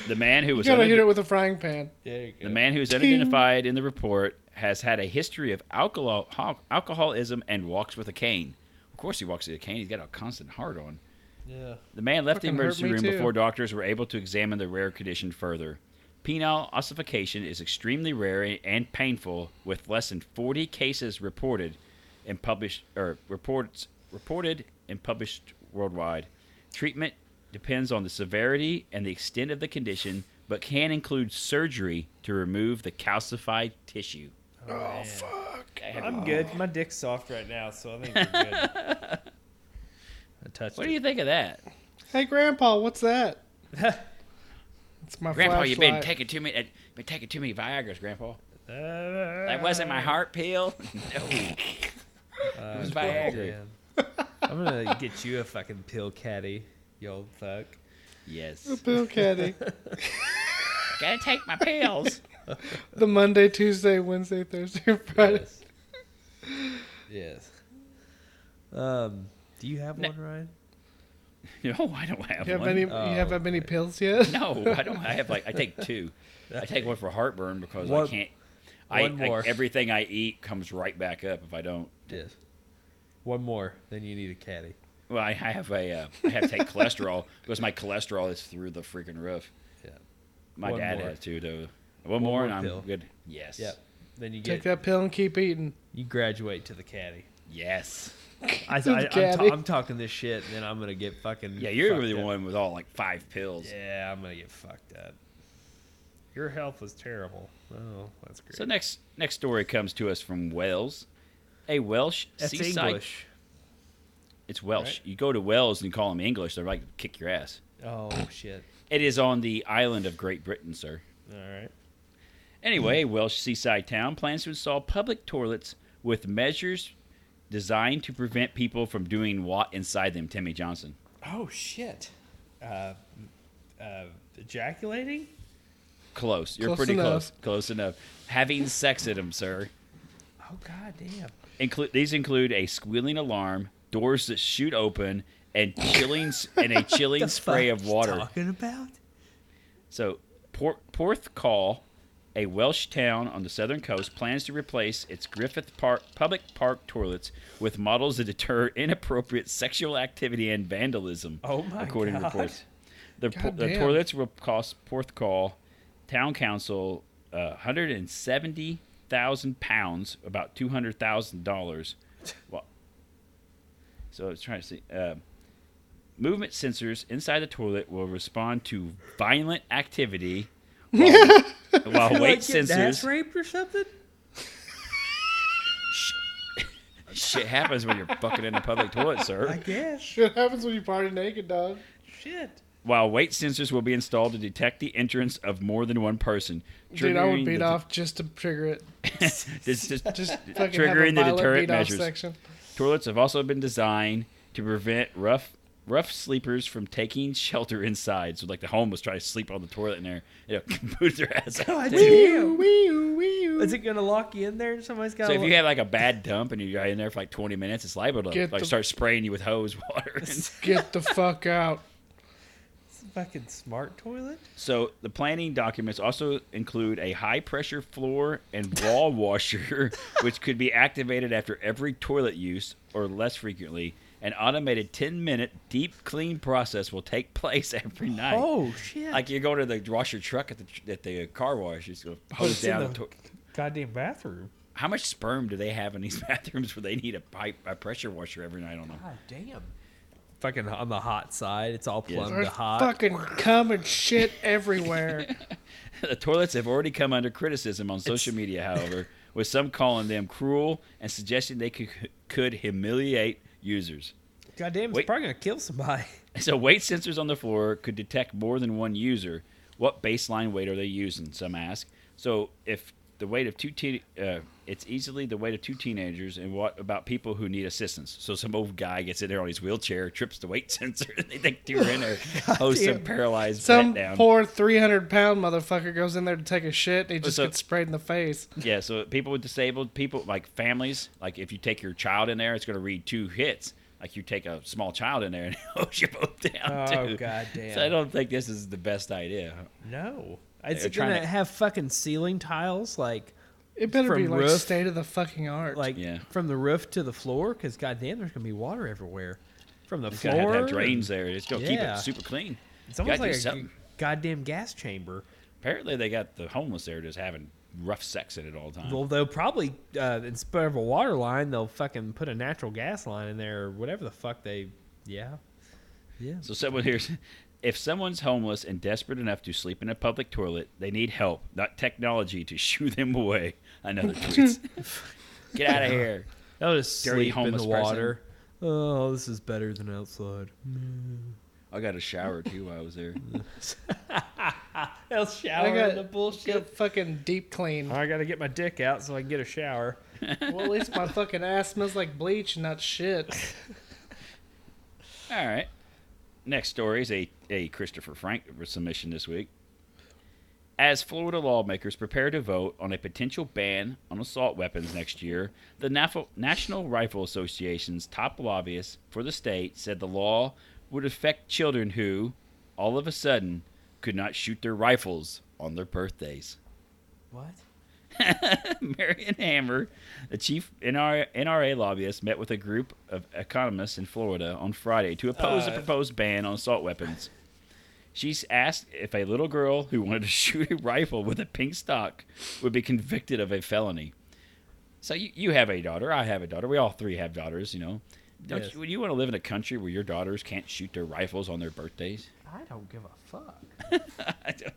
the man who was
gotta
unid-
hit it with a frying pan.
There you go.
the man who is identified in the report has had a history of alcohol hol- alcoholism and walks with a cane. Of course, he walks with a cane. He's got a constant hard on.
Yeah.
The man left the
Fucking hurt
emergency
me
room
too.
before doctors were able to examine the rare condition further. Penile ossification is extremely rare and painful, with less than 40 cases reported and published or reports reported and published worldwide. Treatment depends on the severity and the extent of the condition, but can include surgery to remove the calcified tissue.
I'm good. My dick's soft right now, so I think we're <laughs> good. I touched
What do you think of that,
Hey, Grandpa,
<laughs>
what's that? it's my
Grandpa? You've been
flashlight.
taking too many, uh, been taking too many Viagra's, Grandpa.
it.
That wasn't my heart pill. Um, <laughs> no. Uh, it was Viagra.
<laughs> I'm gonna get you a fucking pill caddy, you old fuck.
Yes. <laughs>
Bill Caddy.
Gotta take my <laughs> pills.
the Monday, Tuesday, Wednesday, Thursday, <laughs> Friday.
Yes. yes. Um, do you have
No.
one, Ryan?
no, I don't have
You have
one.
any? you have that many pills yet?
No, I don't. I have like I take two. I take one for heartburn because
One-
I can't. I,
one
I-
more.
everything I eat comes right back up if I don't.
Yes. One more, then you need a caddy.
Well, I, I have a. Uh, I have to take cholesterol because my cholesterol is through the freaking roof.
Yeah.
My
One
dad
more.
has two though. One, more,
more
and I'm
pill.
good. Yes.
Yep. Then you
<laughs> Take
get
that pill and keep eating.
you graduate to the
<laughs>
caddy.
Yes.
I, I,
To the
I'm, ta-
caddy.
I'm talking this shit, and then I'm gonna get fucking.
Yeah, you're
fucked
the
up.
one with all like five pills.
Yeah, I'm gonna get fucked up. Your health was terrible. Oh, that's great.
So next next story comes to us from Wales, a Welsh
that's
seaside.
English.
It's Welsh.
Right.
You go to Wales and you call them English, they're like kick your ass.
Oh shit.
It is on the island of Great Britain, sir.
All right. Hmm.
Anyway, a Welsh seaside town plans to install public toilets with measures designed to prevent people from doing what inside them. Timmy Johnson.
Oh shit. Uh, uh, ejaculating?
Close. You're
Close
pretty
enough.
close. Close enough. Having sex in them, sir.
Oh god damn.
Inclu- these include a squealing alarm, doors that shoot open, and chilling s-
<laughs>
and a chilling spray of water.
Talking about?
So, Port- Porthcawl, a Welsh town on the southern coast, plans to replace its Griffith Park public park toilets with models that deter <laughs> inappropriate sexual activity and vandalism.
Oh my
According
God.
to reports, the, po- the
Goddamn.
toilets will cost Porthcawl Town Council uh, 170 thousand pounds, about two hundred thousand
<laughs>
dollars. Well, so I was trying to see. Uh, movement sensors inside the toilet will respond to violent
<laughs>
activity, while, while weight sensors.
raped or something?
Shit happens when you're fucking in a public toilet,
<laughs>
sir.
guess.
Shit happens when you party naked, dog.
Shit.
While weight sensors will be installed to detect the entrance of more than one person,
Dude, I
triggering
would beat
the-
off just to trigger it.
<laughs> this- this-
Just <laughs> fucking have a
Triggering the
violent
deterrent
beat-off
measures.
Section.
Toilets have also been designed to prevent rough rough sleepers from taking shelter inside. So like the homeless try to sleep on the toilet in there, you know, <laughs> boot their ass out.
Wee-oo, wee-oo, wee-oo.
Is it gonna lock you in there? and Somebody's got.
So if you had like a bad dump and you're in there for like 20 minutes, it's liable to
Get
like
the-
start spraying you with hose water.
Get the fuck out.
fucking smart toilet.
so the planning documents also include a high pressure floor and wall washer, which could be activated after every toilet use or less frequently. An automated 10 minute deep clean process will take place <laughs> every night.
Oh shit!
Like you go to the wash your truck at the tr- at the car wash, you just go hose
It's in
down. The
the
to-
goddamn bathroom.
How much sperm do they have in these <laughs> bathrooms where they need a pipe a pressure washer every night on them?
God damn. Fucking on the hot side, it's all plumbed
There's
to hot.
fucking cum and shit
<laughs>
everywhere.
the toilets have already come under criticism on social media, however, with some calling them cruel and suggesting they could could humiliate users.
Goddamn, it's
Wait.
probably gonna kill somebody. <laughs>
So weight sensors on the floor could detect more than one user. What baseline weight are they using? Some ask. So if the weight of two teen, uh, it's easily the weight of two teenagers. And what about people who need assistance? So some old guy gets in there on his wheelchair, trips the weight <laughs> sensor, and they think you're in there, host some
Goddamn.
paralyzed
Some
rat down.
poor 300 pound motherfucker goes in there to take a shit and he just
So-
gets sprayed in the face.
yeah. So people with disabled people, like families, like if you take your child in there, it's going to read two hits. like you take a small child in there and <laughs> it holds you both down.
Oh,
too.
goddamn.
So I don't think this is the best idea.
No. It's
They're trying
gonna
to-
have fucking ceiling tiles like
It better
From
be like
roof?
state of the fucking art.
like
Yeah.
from the roof to the floor because goddamn there's gonna be water everywhere from the
It's
floor
gonna have to have drains there. It's gonna keep
Yeah.
it super clean.
It's
You
almost
gotta do
like a
something.
goddamn gas chamber.
Apparently, they got the homeless there just having rough sex in it all the time.
Well, they'll probably uh, instead of a water line, they'll fucking put a natural gas line in there or whatever the fuck they. Yeah, yeah.
So someone here's if someone's homeless and desperate enough to sleep in a public toilet, they need help, not technology to <laughs> shoo them away.
<laughs>
Another tweet. Get out of here.
They'll just
Dirty
sleep in the
homeless
water. Oh, this is better than outside.
I got a shower too while I was there.
They'll
I
shower in the
get
bullshit.
fucking deep clean.
I gotta get my dick out so I can get a shower.
Well, at least my fucking ass smells like bleach and not shit. <laughs>
All right. Next story is a, a Christopher Frank submission this week. As Florida lawmakers prepare to vote on a potential ban on assault weapons next year, the Naf- National Rifle Association's top lobbyist for the state said the law would affect children who, all of a sudden, could not shoot their rifles on their birthdays.
What?
<laughs> Marion Hammer, the chief NRA, NRA lobbyist, met with a group of economists in Florida on Friday to oppose the
Uh,
proposed ban on assault weapons. She's asked if a little girl who wanted to <laughs> shoot a rifle with a pink stock would be convicted of a felony. So you, you have a daughter. I have a daughter. We all three have daughters, you know. Don't
Yes.
you, you want to live in a country where your daughters can't shoot their rifles on their birthdays?
I don't give a fuck.
I don't-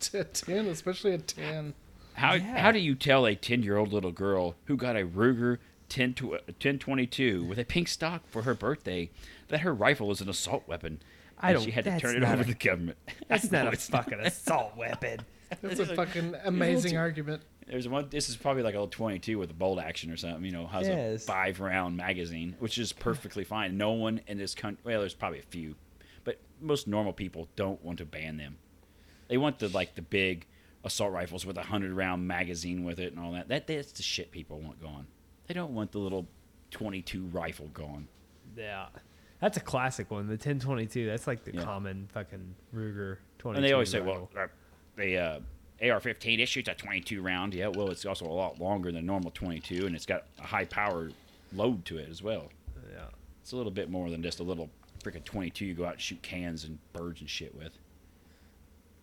to 10, especially a 10.
How
Yeah.
how do you tell a ten year old little girl who got a Ruger 10 to, 1022 with a pink stock for her birthday that her rifle is an assault weapon?
I
and
don't-
She had to
that's
turn it
not
over
a-
to the government.
That's
<laughs> No,
not a
it's not.
fucking assault
<laughs>
weapon.
That's a fucking amazing argument.
There's one. This is probably like a little 22 with a bolt action or something. You know, has
Yes.
a five round magazine, which is perfectly fine. No one in this country. Well, there's probably a few, but most normal people don't want to ban them. They want the like the big assault rifles with a hundred round magazine with it and all that. That that's the shit people want gone. They don't want the little 22 rifle gone.
Yeah. That's a classic one, the 1022. That's like the
Yeah.
common fucking Ruger 22.
And they always say,
rifle.
well, uh, the uh, AR-15 it shoots a 22 round. Yeah, well, it's also a lot longer than normal 22, and it's got a high power load to it as well.
yeah.
It's a little bit more than just a little freaking 22 you go out and shoot cans and birds and shit with.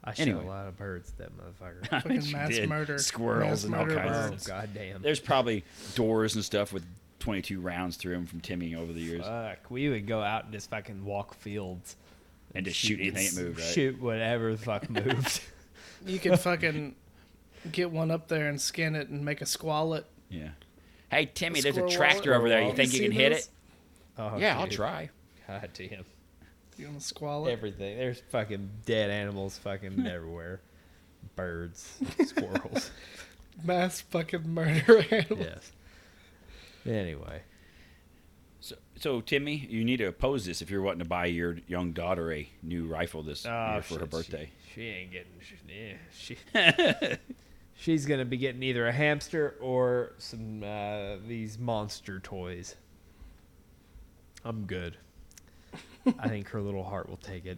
I shot
Anyway.
a lot of birds at that motherfucker.
<laughs>
Fucking mass
did.
murder.
Squirrels
Mass
and all
murder
kinds of
oh,
birds.
goddamn.
There's probably doors and stuff with 22 rounds through them from Timmy over the years
Fuck. We would go out and just fucking walk fields.
and just shoot anything that moved, right?
Shoot whatever the fuck <laughs> moved.
You could fucking get one up there and skin it and make a squallet.
Yeah. Hey, Timmy, there's a
Squirrel
tractor
wallet.
over there. You
Squirrel
think you
wallet.
can hit
You
it?
see
oh,
Yeah, I'll
dude.
try.
Goddamn.
You want a squallet?
Everything. There's fucking dead animals <laughs> fucking everywhere. <laughs> Birds, squirrels.
Mass fucking murder <laughs> animal.
yes. Anyway.
So, so, Timmy, you need to oppose this if you're wanting to buy your young daughter a new rifle this year for her
Oh, Ah, shit, she-
birthday.
She, ain't getting. She, yeah, she, <laughs> she's gonna be getting either a hamster or some uh, these monster toys. I'm good. I think her little heart will take
<laughs>
it.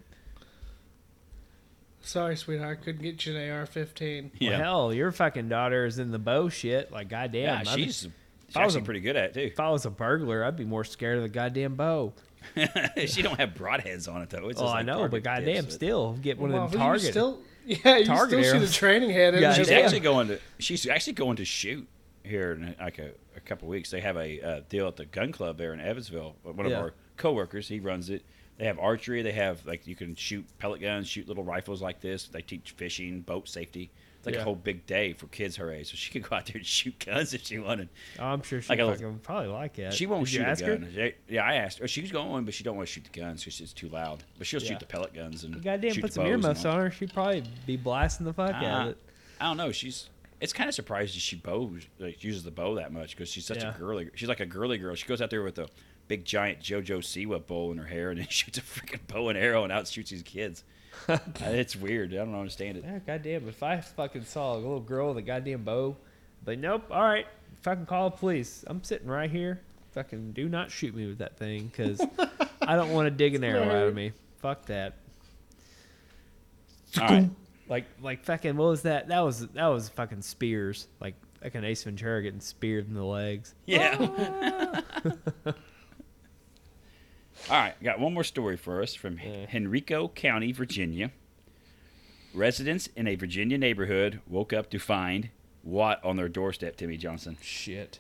Sorry, sweetheart. Couldn't get you an AR 15.
Well, hell, your fucking daughter is in the bow shit. Like, goddamn.
yeah,
I'd be-
she's, she's
I was
actually
a-
pretty good at it,
If I was a burglar, I'd be more scared of the goddamn bow.
too. <laughs> she don't have broadheads on it, though. It's
Oh,
just
I
like
know, but
target tips,
goddamn,
but-
still get one
Well,
of
you
them targets.
Still, yeah, you
Target
still shoot
arrows.
a training head.
Yeah,
Yeah,
She's
Damn.
actually going to. She's actually going to shoot here in like a, a couple weeks. They have a uh, deal at the gun club there in Evansville. uh, One of
Yeah.
our coworkers, he runs it. They have archery. They have like you can shoot pellet guns, shoot little rifles like this. They teach fishing, boat safety. It's like
Yeah.
a whole big day for kids her age. So she could go out there and <laughs> shoot guns if she wanted.
Oh, I'm sure she
Like a little-
fucking probably like it.
She won't
Uh, Did you
shoot
ask
a
her?
gun. She- Yeah, I asked her. She's going, but she don't want to shoot the guns because it's too loud. But she'll
Yeah.
shoot the pellet guns and
Goddamn,
shoot
put
the
some
bows and
earmuffs
all.
on her. She'd probably be blasting the fuck out
Uh,
of it.
I don't know. She's. It's kind of surprising she bows like uses the bow that much because she's such
Yeah.
a girly. She's like a girly girl. She goes out there with a big giant JoJo Siwa bow in her hair and then <laughs> shoots a freaking bow and arrow and out shoots these kids. Uh, it's weird. I don't understand it.
Yeah, goddamn. If I fucking saw a little girl with a goddamn bow, but nope. All right, fucking call the police. I'm sitting right here. fucking do not shoot me with that thing
<laughs>
because I don't want to dig an arrow out of me. Fuck that.
All right.
Like like fucking what was that? That was that was fucking spears. Like fucking Ace Ventura getting speared in the legs.
Yeah. <laughs> All right, got one more story for us from Hen- Henrico County, Virginia. Residents in a Virginia neighborhood woke up to find what on their doorstep, Timmy Johnson?
Shit.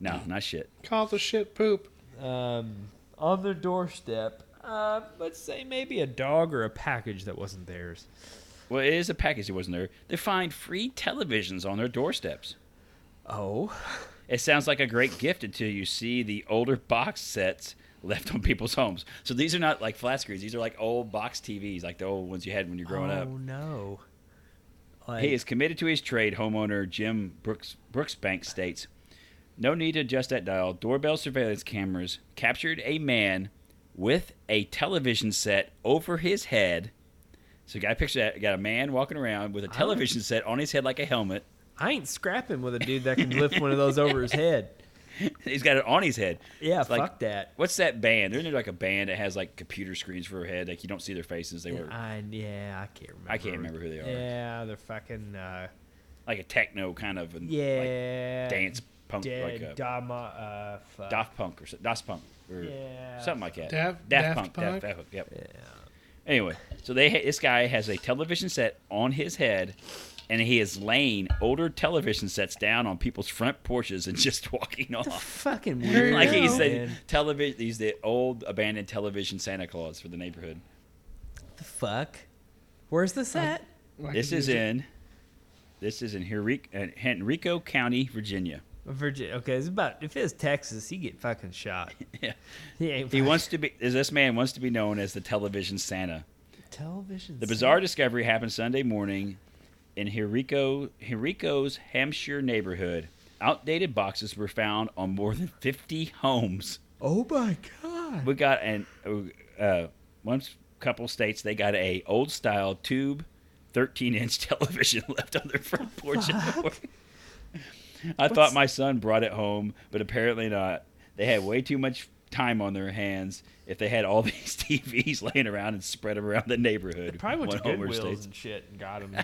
No, not shit.
Call the shit poop.
Um, on their doorstep. Uh, let's say maybe a dog or a package that wasn't theirs.
Well, it is a package that wasn't there. They find free televisions on their doorsteps.
Oh.
It sounds like a great gift until you see the older <laughs> box sets left on people's homes. So these are not like flat screens. These are like old box TVs, like the old ones you had when you're growing
oh
up.
no. Like,
He is committed to his trade, homeowner Jim Brooks Brooksbank states. No need to adjust that dial. Doorbell surveillance cameras captured a man with a television set over his head. So you gotta picture that. You got a man walking around with a television set on his head like a helmet.
I ain't scrapping with a dude that can lift one of those over his
<laughs>
head.
He's got it on his head.
Yeah,
It's like-
fuck that.
What's that band? Isn't there like a band that has like computer screens for their head? Like you don't see their faces. They were
I, yeah, I can't remember.
I can't remember who they are.
Yeah, they're fucking uh,
like a techno kind of and like
yeah
dance punk
dead
like a
Dama, uh, fuck.
Daft Punk or so- Daft Punk or
Yeah.
something like that.
Daft- Daft
Punk.
Punk?
Daft, Daft Punk. <laughs> Yep. Anyway, so they ha- this guy has a television set on his head, and he is laying older television sets down on people's front porches and <laughs> just walking off.
fucking
There
weird.
you
Like he's
go.
the
man.
television. He's the old abandoned television Santa Claus for the neighborhood.
the fuck. Where's this at?
Like
This
a
is
music-
in. This is in Henrico, uh, Henrico County, Virginia. <laughs>
Virginia. Okay, it's about if it's Texas, he get fucking
<laughs>
shot.
Yeah.
He ain't.
He
fucking-
wants to be. This man wants to be known as the television Santa.
television.
The
set.
bizarre discovery happened Sunday morning in Henrico, Henrico's Hampshire neighborhood. Outdated boxes were found on more than 50 homes.
Oh my god.
We got an uh, one couple states they got a old style tube, 13 inch <laughs> television left on their front porch. <laughs> I thought my son brought it home, but apparently not. They had way too much time on their hands if they had all <laughs> these TVs laying around and spread 'em around the neighborhood.
Probably went
one
to
homer
Goodwills
states.
and shit and got
<laughs>
him.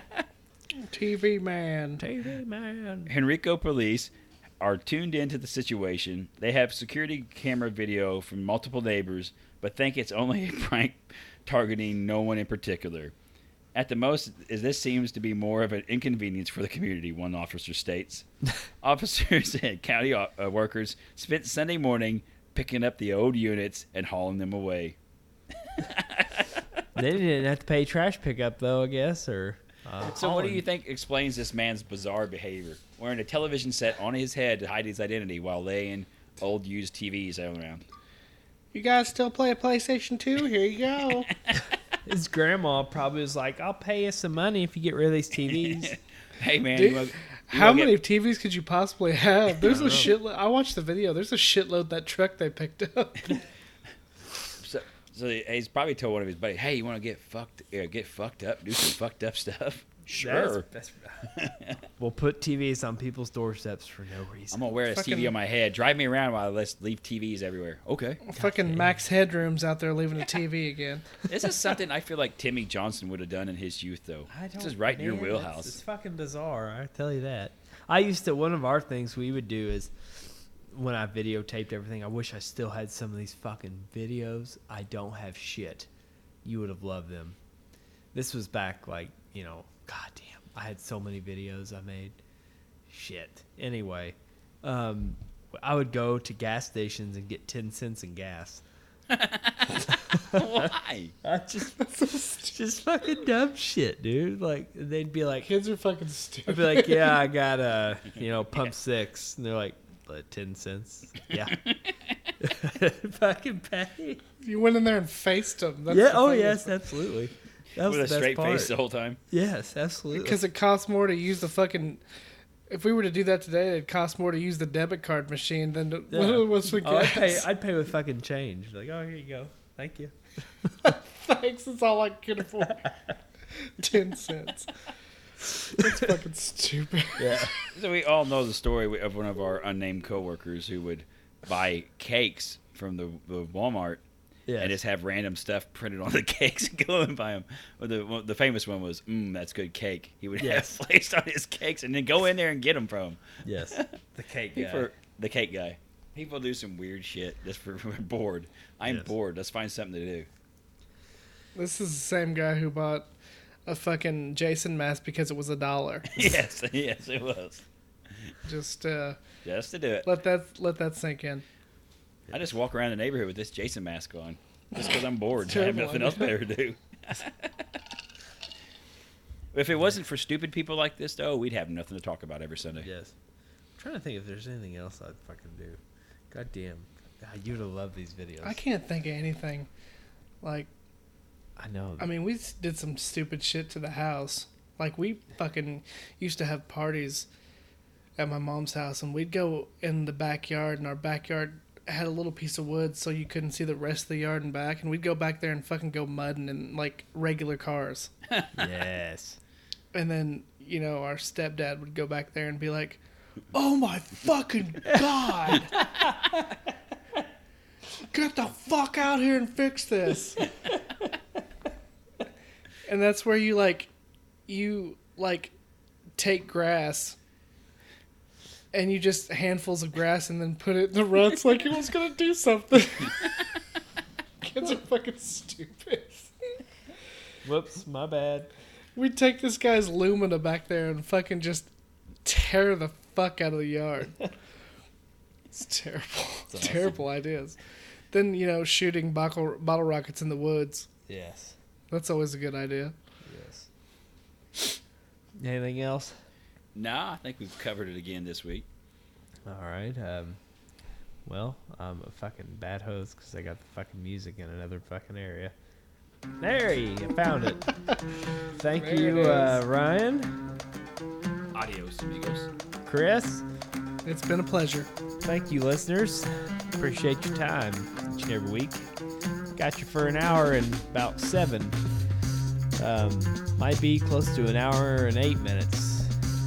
TV man.
TV man.
Henrico police are tuned into the situation. They have security camera video from multiple neighbors, but think it's only <laughs> a prank targeting no one in particular. At the most, is this seems to be more of an inconvenience for the community, one officer states. Officers and county o- uh, workers spent Sunday morning picking up the old units and hauling them away.
they didn't have to pay trash pickup though, I guess. Or uh,
So, what do
hauling.
you think explains this man's bizarre behavior? Wearing a television set on his head to hide his identity while laying old used TVs around.
You guys still play PlayStation 2? Here
<laughs>
you go.
His grandma probably was like, "I'll pay you some money if you get rid of
<laughs>
these TVs."
Hey man,
Dude,
you wanna- you
How
wanna
many
get-
TVs could you possibly have? There's a shitload. I watched the video. There's a shitload that truck they picked
<laughs>
up. <laughs>
so, so he's probably told one of his buddies, "Hey, you want to get fucked? Yeah, get fucked up, do some fucked up stuff."
<laughs>
Sure.
That's, that's- <laughs> we'll put TVs on people's doorsteps for no
I'm
reason.
gonna wear this TV
Fucking-
on my head. Drive me around while I let's leave TVs everywhere.
<laughs>
Okay.
Fucking Max Headroom's out there leaving the TV again.
This is something I feel like Timmy Johnson would have done in his youth, though. this is right in your
man, it's-
wheelhouse. <laughs>
It's fucking bizarre. I tell you that. I used to. One of our things we would do is when I videotaped everything. I wish I still had some of these fucking videos. I don't have shit. You would have loved them. This was back like you know, goddamn. I had so many videos I made. Shit. Anyway, um, I would go to gas stations and get ten cents in
<laughs>
gas.
Why?
I just just fucking dumb shit, dude. Like they'd be like,
Kids are fucking
I'd
stupid. <laughs>
be like, yeah, I got a you know pump six, and they're like, "But ten cents, yeah,
<laughs>
fucking pay.
You went in there and faced them. That's
yeah, oh yes, absolutely. That was
With a
the best
straight
part.
face the whole time.
Yes, absolutely.
Because it costs more to use the fucking. If we were to do that today, it'd cost more to use the debit card machine than to,
Yeah.
<laughs> once we
Oh, I'd, pay,
get.
I'd pay with fucking change. Like, oh, here you go. Thank you.
Thanks, it's all I can afford. <laughs> Ten cents. That's fucking stupid. <laughs>
Yeah.
So we all know the story of one of our unnamed coworkers who would buy cakes from the, the Walmart
<laughs> Yes.
and just have random stuff printed on the <laughs> cakes and go and buy them. But the one- the famous one was, "Mmm, that's good cake." He would
Yes.
have placed on his cakes and then go in there and get them from him.
Yes. The cake
People, are- the cake guy. People do some weird shit just for <laughs> we're bored. I'm
Yes.
bored. Let's find something to
<laughs>
do.
This is the same guy who bought a fucking Jason mask because it was
<laughs>
a dollar.
yes, <laughs> yes, it was
Just uh,
just to do it.
let that let that sink in.
I just walk around the neighborhood with this Jason mask on just because I'm bored. I have
terrible
nothing else better to do. <laughs> if it wasn't for stupid people like this, though, we'd have nothing to talk about every Sunday.
Yes. I'm trying to think if there's anything else I'd fucking do. God damn. God, you would have loved these videos.
I can't think of anything. Like
I know.
I mean, we s- did some stupid shit to the house. Like we fucking used to have parties at my mom's house, and we'd go in the backyard, and our backyard had a little piece of wood so you couldn't see the rest of the yard and back, and we'd go back there and fucking go mudding in like regular cars.
yes.
And then, you know, our stepdad would go back there and be like, Oh my fucking God! Get the fuck out here and fix this! and that's where you like, you like take grass and you just handfuls of grass and then put it in the ruts like it was gonna do something. <laughs> Kids are fucking stupid.
Whoops, my bad.
We take this guy's Lumina back there and fucking just tear the fuck out of the yard. it's terrible. Terrible ideas. Then, you know, shooting bottle, bottle rockets in the woods.
Yes.
That's always a good idea.
Yes. Anything else?
Nah, I think we've covered it again this week.
All right. Um, well, I'm a fucking bad host because I got the fucking music in another fucking area. There you go, found
<laughs>
it. Thank
There
you,
it
uh,
is.
Ryan,
Adios, amigos.
Chris.
It's been a pleasure.
Thank you, listeners. Appreciate your time each and every week. Got you for an hour and about seven. Um, might be close to an hour and eight minutes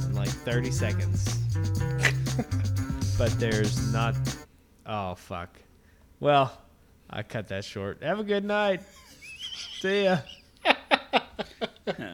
and like 30 seconds. but there's not. Oh, fuck. Well, I cut that short. Have a good night. See ya.